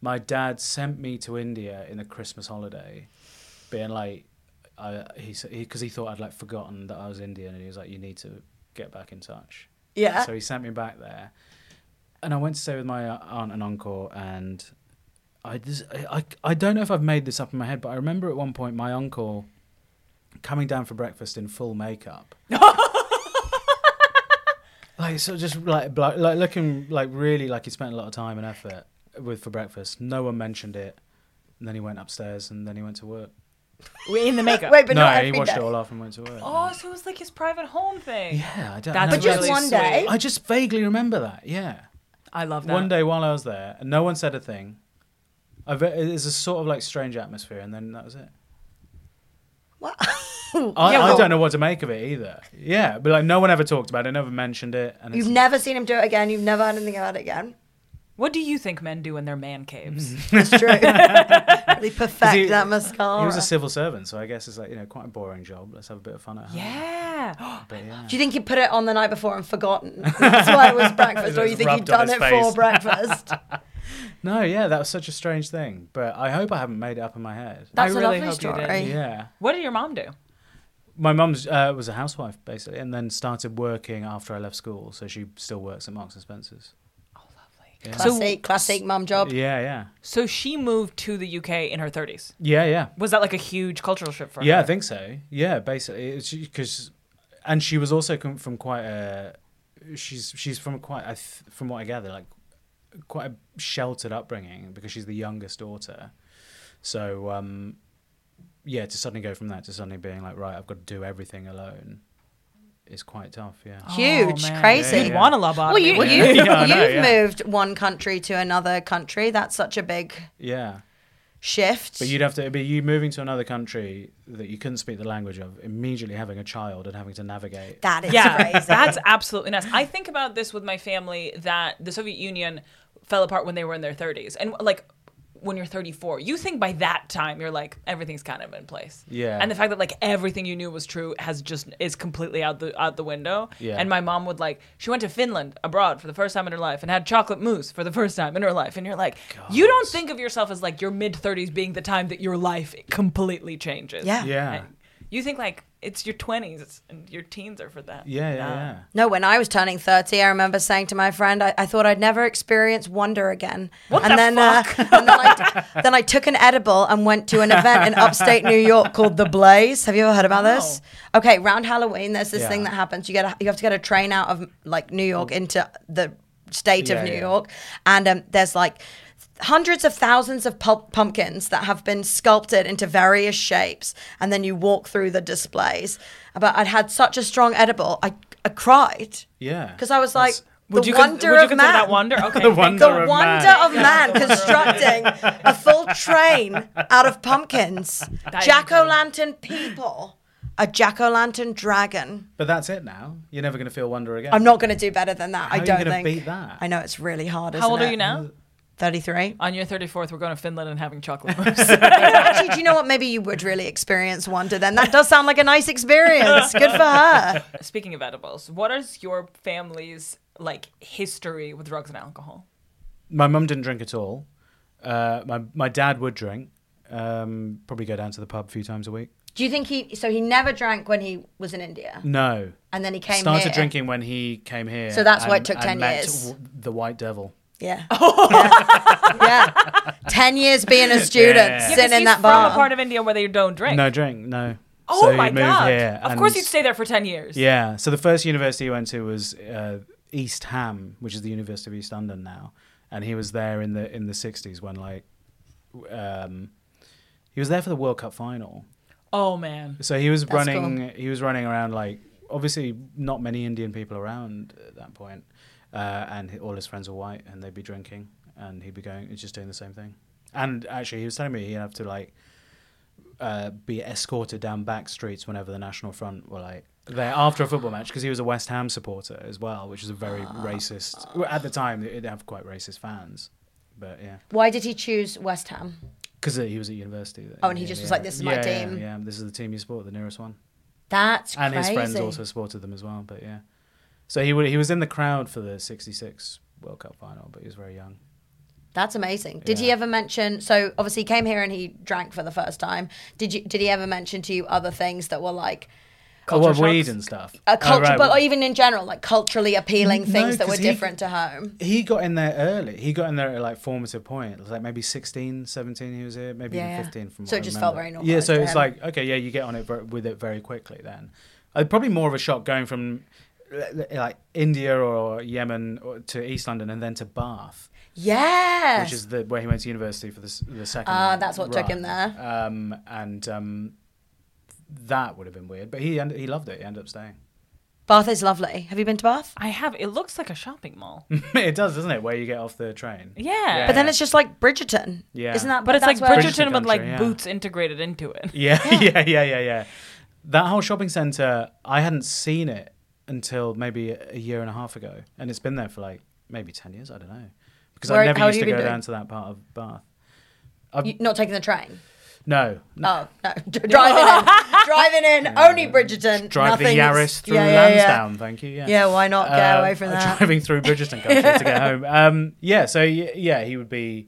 Speaker 6: my dad sent me to India in the Christmas holiday, being like, I, he because he, 'cause he thought I'd like forgotten that I was Indian, and he was like, you need to get back in touch.
Speaker 4: Yeah.
Speaker 6: So he sent me back there, and I went to stay with my aunt and uncle, and I just, I, I I don't know if I've made this up in my head, but I remember at one point my uncle coming down for breakfast in full makeup. Like so, just like blo- like looking like really like he spent a lot of time and effort with for breakfast. No one mentioned it, and then he went upstairs and then he went to work.
Speaker 5: We're in the makeup.
Speaker 4: Wait, but
Speaker 6: no,
Speaker 4: not every
Speaker 6: he washed
Speaker 4: day.
Speaker 6: it all off and went to work.
Speaker 5: Oh, so it was like his private home thing.
Speaker 6: yeah, I don't.
Speaker 5: That's
Speaker 6: know.
Speaker 4: But just
Speaker 5: really
Speaker 4: one day?
Speaker 6: I just vaguely remember that. Yeah,
Speaker 5: I love that.
Speaker 6: one day while I was there, and no one said a thing. I ve- it was a sort of like strange atmosphere, and then that was it.
Speaker 4: What?
Speaker 6: I,
Speaker 4: Yeah,
Speaker 6: I
Speaker 4: well-
Speaker 6: don't know what to make of it either. Yeah, but like no one ever talked about it, never mentioned it, and
Speaker 4: You've
Speaker 6: it's-
Speaker 4: never seen him do it again. You've never heard anything about it
Speaker 6: <laughs>
Speaker 4: again.
Speaker 5: What do you think men do in their man caves?
Speaker 4: It's true. <laughs> really perfect
Speaker 6: he-
Speaker 4: that
Speaker 6: he
Speaker 4: mascara.
Speaker 6: was a civil servant, so I guess it's like you know quite a boring job. Let's have a bit of fun at home.
Speaker 5: yeah.
Speaker 6: <gasps> But yeah.
Speaker 4: Do you think he put it on the night before and forgotten? That's why
Speaker 6: <laughs>
Speaker 4: it was breakfast, or you
Speaker 6: Just
Speaker 4: think he'd
Speaker 6: rubbed on
Speaker 4: done it
Speaker 6: his
Speaker 4: for
Speaker 6: face.
Speaker 4: breakfast?
Speaker 6: No, yeah, that was such a strange thing. But I hope I haven't made it up in my head.
Speaker 4: That's a
Speaker 5: really
Speaker 4: lovely
Speaker 5: hope you did.
Speaker 4: story.
Speaker 6: yeah.
Speaker 5: What did your mom do?
Speaker 6: My mum's uh, was a housewife basically, and then started working after I left school. So she still works at Marks and Spencers.
Speaker 4: Classic, classic mum job.
Speaker 6: Yeah, yeah,
Speaker 5: So she moved to the UK in her 30s.
Speaker 6: yeah, yeah,
Speaker 5: Was that like a huge cultural shift for
Speaker 6: yeah.
Speaker 5: her?
Speaker 6: I think so. Yeah, basically, because, and she was also com- from quite a, she's she's from quite a, th- from what I gather, like quite a sheltered upbringing because she's the youngest daughter. So, um, yeah, to suddenly go from that to suddenly being like, right, I've got to do everything alone, is quite tough. Yeah.
Speaker 4: Oh. Huge,
Speaker 5: Oh, man.
Speaker 4: crazy.
Speaker 6: Oh, Yeah,
Speaker 5: You'd want a lobotomy.
Speaker 4: Well, you,
Speaker 5: wouldn't
Speaker 4: you,
Speaker 5: you?
Speaker 4: you've
Speaker 6: <laughs> Yeah, I know, yeah.
Speaker 4: moved one country to another country. That's such a big
Speaker 6: Yeah.
Speaker 4: shift.
Speaker 6: But you'd have to it'd be you moving to another country that you couldn't speak the language of, immediately having a child and having to navigate.
Speaker 4: that is
Speaker 5: yeah,
Speaker 4: crazy.
Speaker 5: that's absolutely nuts. I think about this with my family that the Soviet Union fell apart when they were in their 30s, and like when you're 34, you think by that time you're like everything's kind of in place.
Speaker 6: Yeah.
Speaker 5: And the fact that like everything you knew was true has just is completely out the out the window.
Speaker 6: Yeah.
Speaker 5: And my mom would like she went to Finland abroad for the first time in her life and had chocolate mousse for the first time in her life, and you're like, you don't think of yourself as like your mid 30s being the time that your life completely changes.
Speaker 4: Yeah.
Speaker 6: Yeah.
Speaker 5: You think like it's your 20s and your teens are for that.
Speaker 6: Yeah, yeah, yeah.
Speaker 4: No, when I was turning 30, I remember saying to my friend, I, I thought I'd never experience wonder again. What and
Speaker 5: the
Speaker 4: then, Uh, <laughs> and then, I, then I took an edible and went to an event in upstate New York called The Blaze. Have you ever heard about this? Okay, round Halloween, there's this
Speaker 6: Yeah.
Speaker 4: thing that happens. You get a, you have to get a train out of like New York into the state
Speaker 6: Yeah,
Speaker 4: of New
Speaker 6: yeah.
Speaker 4: York, and um, there's like hundreds of thousands of pulp- pumpkins that have been sculpted into various shapes, and then you walk through the displays. But I'd had such a strong edible, I, I cried.
Speaker 6: Yeah.
Speaker 4: Because I was like,
Speaker 6: That's-
Speaker 4: the
Speaker 5: you con-
Speaker 4: wonder
Speaker 5: would you
Speaker 4: of
Speaker 5: consider
Speaker 4: man.
Speaker 5: that
Speaker 6: <laughs>
Speaker 5: wonder? Okay.
Speaker 6: The
Speaker 5: thank
Speaker 6: wonder
Speaker 4: the
Speaker 5: God.
Speaker 6: of
Speaker 4: wonder
Speaker 6: man.
Speaker 4: of man constructing a full train out of
Speaker 5: <laughs>
Speaker 4: pumpkins.
Speaker 5: is
Speaker 4: Jack o' lantern people, a jack o' lantern dragon.
Speaker 6: But that's it now. You're never going to feel wonder again.
Speaker 4: I'm not going to do better than that. I
Speaker 6: How are you
Speaker 4: don't
Speaker 6: gonna
Speaker 4: think.
Speaker 6: beat that?
Speaker 4: I know it's really hard.
Speaker 5: How
Speaker 4: isn't
Speaker 5: old are
Speaker 4: it?
Speaker 5: you now?
Speaker 4: 33.
Speaker 5: On your 34th, we're going to Finland and having
Speaker 6: <laughs>
Speaker 5: chocolate mousse.
Speaker 4: Actually, do you know what? Maybe you would really experience wonder then. That does sound like a nice experience. Good for her.
Speaker 5: Speaking of edibles, what is your family's like history with drugs and alcohol?
Speaker 6: My mum didn't drink at all. Uh, my my dad would drink. Um, probably go down to the pub a few times a week.
Speaker 4: Do you think he, so he never drank when he was in India
Speaker 6: No.
Speaker 4: and then he came
Speaker 6: Started
Speaker 4: here?
Speaker 6: drinking when he came here.
Speaker 4: So that's why it
Speaker 6: and-
Speaker 4: took
Speaker 6: and
Speaker 4: 10
Speaker 6: met
Speaker 4: years.
Speaker 6: w- the White Devil.
Speaker 5: <laughs>
Speaker 4: Yeah. yeah. yeah. Ten years being a student,
Speaker 6: Yeah. Yeah,
Speaker 4: sitting in
Speaker 5: he's
Speaker 4: that
Speaker 5: from
Speaker 4: bar.
Speaker 5: a part of India where they don't drink.
Speaker 6: No drink. No.
Speaker 5: oh
Speaker 6: So he
Speaker 5: my
Speaker 6: moved
Speaker 5: god!
Speaker 6: here
Speaker 5: of
Speaker 6: and-
Speaker 5: course, you'd stay there for 10 years.
Speaker 6: Yeah. So the first university he went to was uh, East Ham, which is the University of East London now, and he was there in the in the sixties when like, w- um, he was there for the World Cup final.
Speaker 5: Oh man.
Speaker 6: So he was running. He was running around like obviously not many Indian people around at that point, uh, and he- all his friends were white, and they'd be drinking, and he'd be going, he's just doing the same thing. And actually, he was telling me he'd have to like uh, be escorted down back streets whenever the National Front were like there after a football match because he was a West Ham supporter as well, which is a very
Speaker 4: Ah.
Speaker 6: racist. well, At the time, they- they have quite racist fans. But yeah,
Speaker 4: Why did he choose West Ham?
Speaker 6: because he was at university.
Speaker 4: Oh, and he just was like, "This is my
Speaker 6: Yeah, yeah,
Speaker 4: team."
Speaker 6: Yeah, this is the team you support, the nearest one.
Speaker 4: That's
Speaker 6: and
Speaker 4: crazy.
Speaker 6: his friends also supported them as well. But yeah, so he wa- he was in the crowd for the '66 World Cup final, but he was very young. Oh,
Speaker 4: That's amazing. Did he
Speaker 6: Yeah.
Speaker 4: ever mention? So obviously he came here and he drank for the first time. Did you? Did he ever mention to you other things that were like
Speaker 6: Oh,
Speaker 4: culture
Speaker 6: well, weed
Speaker 4: shocks?
Speaker 6: and stuff.
Speaker 4: A culture,
Speaker 6: oh, right. Mm,
Speaker 4: but even in general, like culturally appealing
Speaker 6: No,
Speaker 4: things that were
Speaker 6: 'cause he-
Speaker 4: different to home.
Speaker 6: he got in there early. He got in there at like formative point. It was like maybe 16, 17 he was here, maybe
Speaker 4: Yeah, yeah.
Speaker 6: even 15 from
Speaker 4: So
Speaker 6: what
Speaker 4: it
Speaker 6: I
Speaker 4: just felt
Speaker 6: remember.
Speaker 4: very
Speaker 6: Yeah,
Speaker 4: normalised
Speaker 6: so
Speaker 4: to
Speaker 6: it's
Speaker 4: him.
Speaker 6: like, okay, yeah, you get on it ver- with it very quickly then. Uh, probably more of a shock going from uh, like India or Yemen or to East London and then to Bath,
Speaker 4: Yeah.
Speaker 6: which is the where he went to university for the, s- the second
Speaker 4: Ah, that's what took
Speaker 6: run.
Speaker 4: him there.
Speaker 6: Um, and um, that would have been weird, but he end- he loved it. He ended up staying. <laughs>
Speaker 4: Bath is lovely. Have you been to Bath?
Speaker 5: I have. It looks like a shopping
Speaker 6: <laughs>
Speaker 5: mall.
Speaker 6: it does, doesn't it? Where you get off the train.
Speaker 5: Yeah.
Speaker 4: But then it's just like Bridgerton.
Speaker 6: Yeah.
Speaker 4: Isn't that?
Speaker 5: But it's like
Speaker 4: that's where-
Speaker 6: Bridgerton
Speaker 5: Bridgerton with
Speaker 6: country,
Speaker 5: like
Speaker 6: yeah.
Speaker 5: boots integrated into it.
Speaker 6: Yeah, <laughs> yeah, yeah, yeah, yeah. That whole shopping center, I hadn't seen it until maybe a year and a half ago, and it's been there for like maybe ten years. I don't know because
Speaker 4: Where-
Speaker 6: I never
Speaker 4: how have you
Speaker 6: used to go
Speaker 4: been doing?
Speaker 6: down to that part of Bath.
Speaker 4: You- not taking the train.
Speaker 6: No, no.
Speaker 4: Oh no, <laughs>
Speaker 5: <laughs>
Speaker 4: driving in, driving in. Only Bridgerton.
Speaker 6: drive
Speaker 4: nothing-
Speaker 6: the Yaris through
Speaker 4: Yeah, yeah, yeah.
Speaker 6: Lansdowne. Thank you. Yeah.
Speaker 4: Yeah, why not get
Speaker 6: Uh, <laughs>
Speaker 4: away from that?
Speaker 6: Driving through Bridgerton country to get
Speaker 4: <laughs>
Speaker 6: home. Um, yeah. So y- yeah, he would be.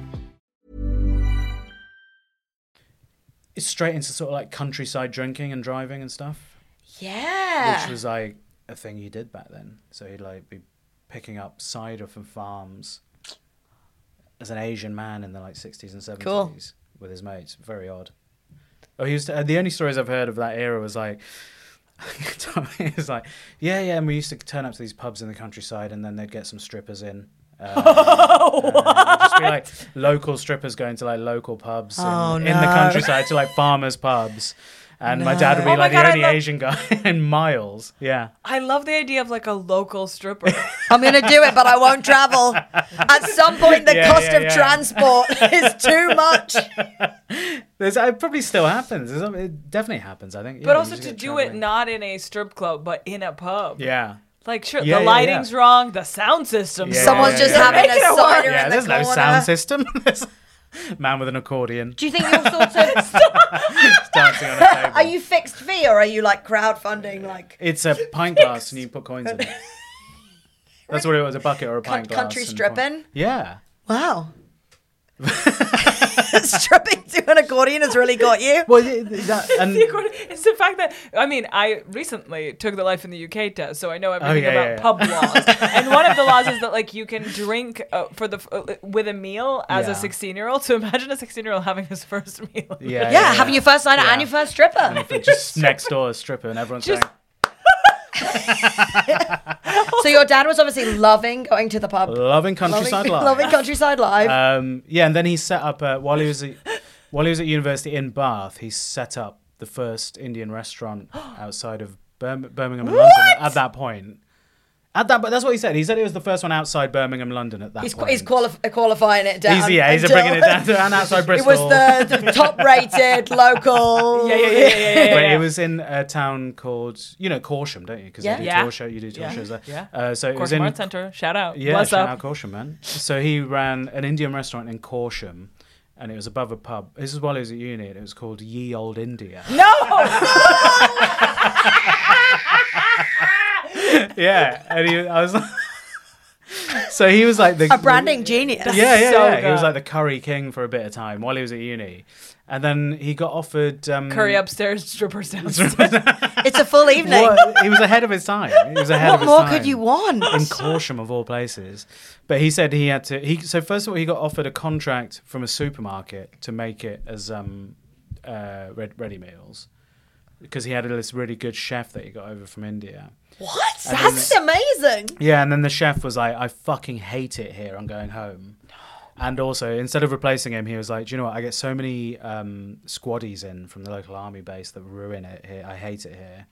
Speaker 6: straight into sort of like countryside drinking and driving and stuff.
Speaker 4: Yeah.
Speaker 6: which was like a thing you did back then. So he'd like be picking up cider from farms as an Asian man in the like sixties and seventies
Speaker 4: Cool.
Speaker 6: with his mates. Very odd. Oh, he was uh, the only stories I've heard of that era was like. <laughs> it was like, yeah, yeah, and we used to turn up to these pubs in the countryside, and then they'd get some
Speaker 5: <laughs>
Speaker 6: strippers in. Um, uh, it'd just be like local strippers going to like local pubs in,
Speaker 5: Oh,
Speaker 6: in the countryside to like farmers' pubs, and my dad would be
Speaker 5: Oh my
Speaker 6: like
Speaker 5: God,
Speaker 6: the
Speaker 5: I
Speaker 6: only
Speaker 5: love-
Speaker 6: Asian guy <laughs> in miles. Yeah,
Speaker 5: I love the idea of like a local stripper.
Speaker 6: <laughs>
Speaker 4: I'm going to do it, but I won't travel. At some point, the
Speaker 6: Yeah,
Speaker 4: cost
Speaker 6: yeah,
Speaker 4: of
Speaker 6: yeah.
Speaker 4: transport is too
Speaker 6: <laughs>
Speaker 4: much.
Speaker 6: There's, it probably still happens. There's some- it definitely happens. I think. Yeah,
Speaker 5: but
Speaker 6: you
Speaker 5: also
Speaker 6: just
Speaker 5: to
Speaker 6: get
Speaker 5: do it
Speaker 6: travelling.
Speaker 5: not in a strip club, but in a pub.
Speaker 6: Yeah.
Speaker 5: Like sure,
Speaker 6: Yeah, yeah,
Speaker 5: the
Speaker 6: yeah.
Speaker 5: lighting's wrong, the sound system's
Speaker 6: Yeah,
Speaker 4: Someone's just
Speaker 6: yeah.
Speaker 4: having
Speaker 5: Make it
Speaker 4: a
Speaker 5: work.
Speaker 4: cider
Speaker 6: Yeah,
Speaker 4: in the
Speaker 6: there's
Speaker 4: corner.
Speaker 6: no sound system. <laughs> There's a man with
Speaker 5: <laughs>
Speaker 6: an accordion
Speaker 4: Do you think you're sort of?
Speaker 6: dancing on a table.
Speaker 4: are you fixed fee or are you like crowdfunding like <laughs>
Speaker 6: It's a pint glass, and you put coins in it. That's what it was—a bucket or a pint glass.
Speaker 4: country
Speaker 6: and coin-
Speaker 4: stripping?
Speaker 6: Yeah.
Speaker 4: wow? <laughs> Stripping to an accordion has really got you.
Speaker 6: Well, th- th- that,
Speaker 4: <laughs>
Speaker 6: and
Speaker 5: The accord- It's the fact that I mean, I recently took the life in the UK test, so I know everything
Speaker 6: yeah,
Speaker 5: about
Speaker 6: Oh, yeah, yeah.
Speaker 5: pub
Speaker 6: <laughs>
Speaker 5: laws. and one of the laws is that like you can drink uh, for the f- uh, with a meal as
Speaker 6: Yeah.
Speaker 5: a sixteen-year-old. So imagine a sixteen-year-old having his first meal.
Speaker 6: <laughs> yeah, <laughs>
Speaker 4: Yeah, having your first night and your first stripper.
Speaker 6: just next door a stripper, and everyone's
Speaker 5: Just-
Speaker 6: going.
Speaker 4: so your dad was obviously loving going to the pub.
Speaker 6: Loving countryside
Speaker 4: loving, <laughs>
Speaker 6: life.
Speaker 4: loving countryside live.
Speaker 6: Um, yeah, and then he set up uh, while he
Speaker 4: <laughs>
Speaker 6: was at, while he was at university in Bath. He set up the first
Speaker 4: <gasps>
Speaker 6: Indian restaurant outside of Bir- Birmingham, and London. At that point, at that, but that's what he said. He said it was the first one outside Birmingham, London. At that
Speaker 4: he's qu-
Speaker 6: point,
Speaker 4: he's quali- qualifying it down.
Speaker 6: He's- yeah, he's
Speaker 4: until-
Speaker 6: bringing
Speaker 4: <laughs>
Speaker 6: it down to and outside
Speaker 4: It
Speaker 6: Bristol.
Speaker 4: was the, the top rated
Speaker 6: <laughs>
Speaker 4: local.
Speaker 5: Yeah, yeah, yeah, yeah, yeah, yeah,
Speaker 6: But
Speaker 5: yeah.
Speaker 6: it was in a town called, you know, Corsham, don't you? Because
Speaker 4: Yeah.
Speaker 6: you do
Speaker 5: Yeah.
Speaker 6: tour show, you do tour
Speaker 5: Yeah.
Speaker 6: shows there.
Speaker 5: Yeah.
Speaker 6: Uh, so it was
Speaker 5: Corsham
Speaker 6: in
Speaker 5: Art Center. Shout out.
Speaker 6: Yeah,
Speaker 5: What's up?
Speaker 6: shout out Corsham, man. So he ran an Indian restaurant in Corsham, and it was above a pub. This is while he was at uni, and it was called Ye Old India. <laughs>
Speaker 5: No.
Speaker 6: yeah, <laughs> and he, I was. so he was like the
Speaker 4: A branding genius.
Speaker 6: Yeah, yeah,
Speaker 5: So
Speaker 6: yeah. He was
Speaker 5: good.
Speaker 6: like the curry king for a bit of time while he was at uni, and then he got offered um,
Speaker 5: Curry upstairs, strippers downstairs.
Speaker 4: It's a full evening.
Speaker 6: What, he was ahead of his time. He was ahead
Speaker 4: What
Speaker 6: of his
Speaker 4: more
Speaker 6: time.
Speaker 4: could you want?
Speaker 6: <laughs> In Corsham, of all places. But he said he had to. He so first of all, he got offered a contract from a supermarket to make it as um, uh, red, ready meals because he had this really good chef that he got over from India.
Speaker 4: What? That's amazing.
Speaker 6: Yeah, and then the chef was like, "I fucking hate it here. I'm going home." And also, instead of replacing him, he was like, "Do you know what? I get so many um, squaddies in from the local army base that ruin it here. I hate it here."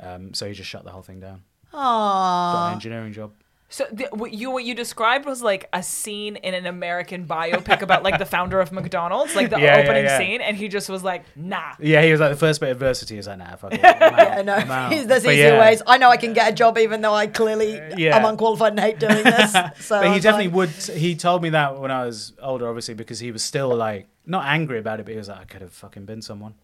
Speaker 6: Um, so he just shut the whole thing down. Aww. Got an engineering job.
Speaker 5: So the, what you what you described was like a scene in an American biopic about like the founder of McDonald's, like the
Speaker 6: Yeah, yeah,
Speaker 5: opening
Speaker 6: yeah.
Speaker 5: scene, and he just was like, nah.
Speaker 6: Yeah, he was like the first bit of adversity is like, "Nah, fuck
Speaker 4: <laughs>
Speaker 6: it." Yeah,
Speaker 4: I know. <laughs> There's easier ways. I know I can get a job even though I clearly
Speaker 6: Uh, yeah.
Speaker 4: am unqualified and hate doing this. So
Speaker 6: <laughs> but
Speaker 4: I'm
Speaker 6: he definitely
Speaker 4: like,
Speaker 6: would. He told me that when I was older, obviously, because he was still like not angry about it, but he was like, "I could have fucking been someone.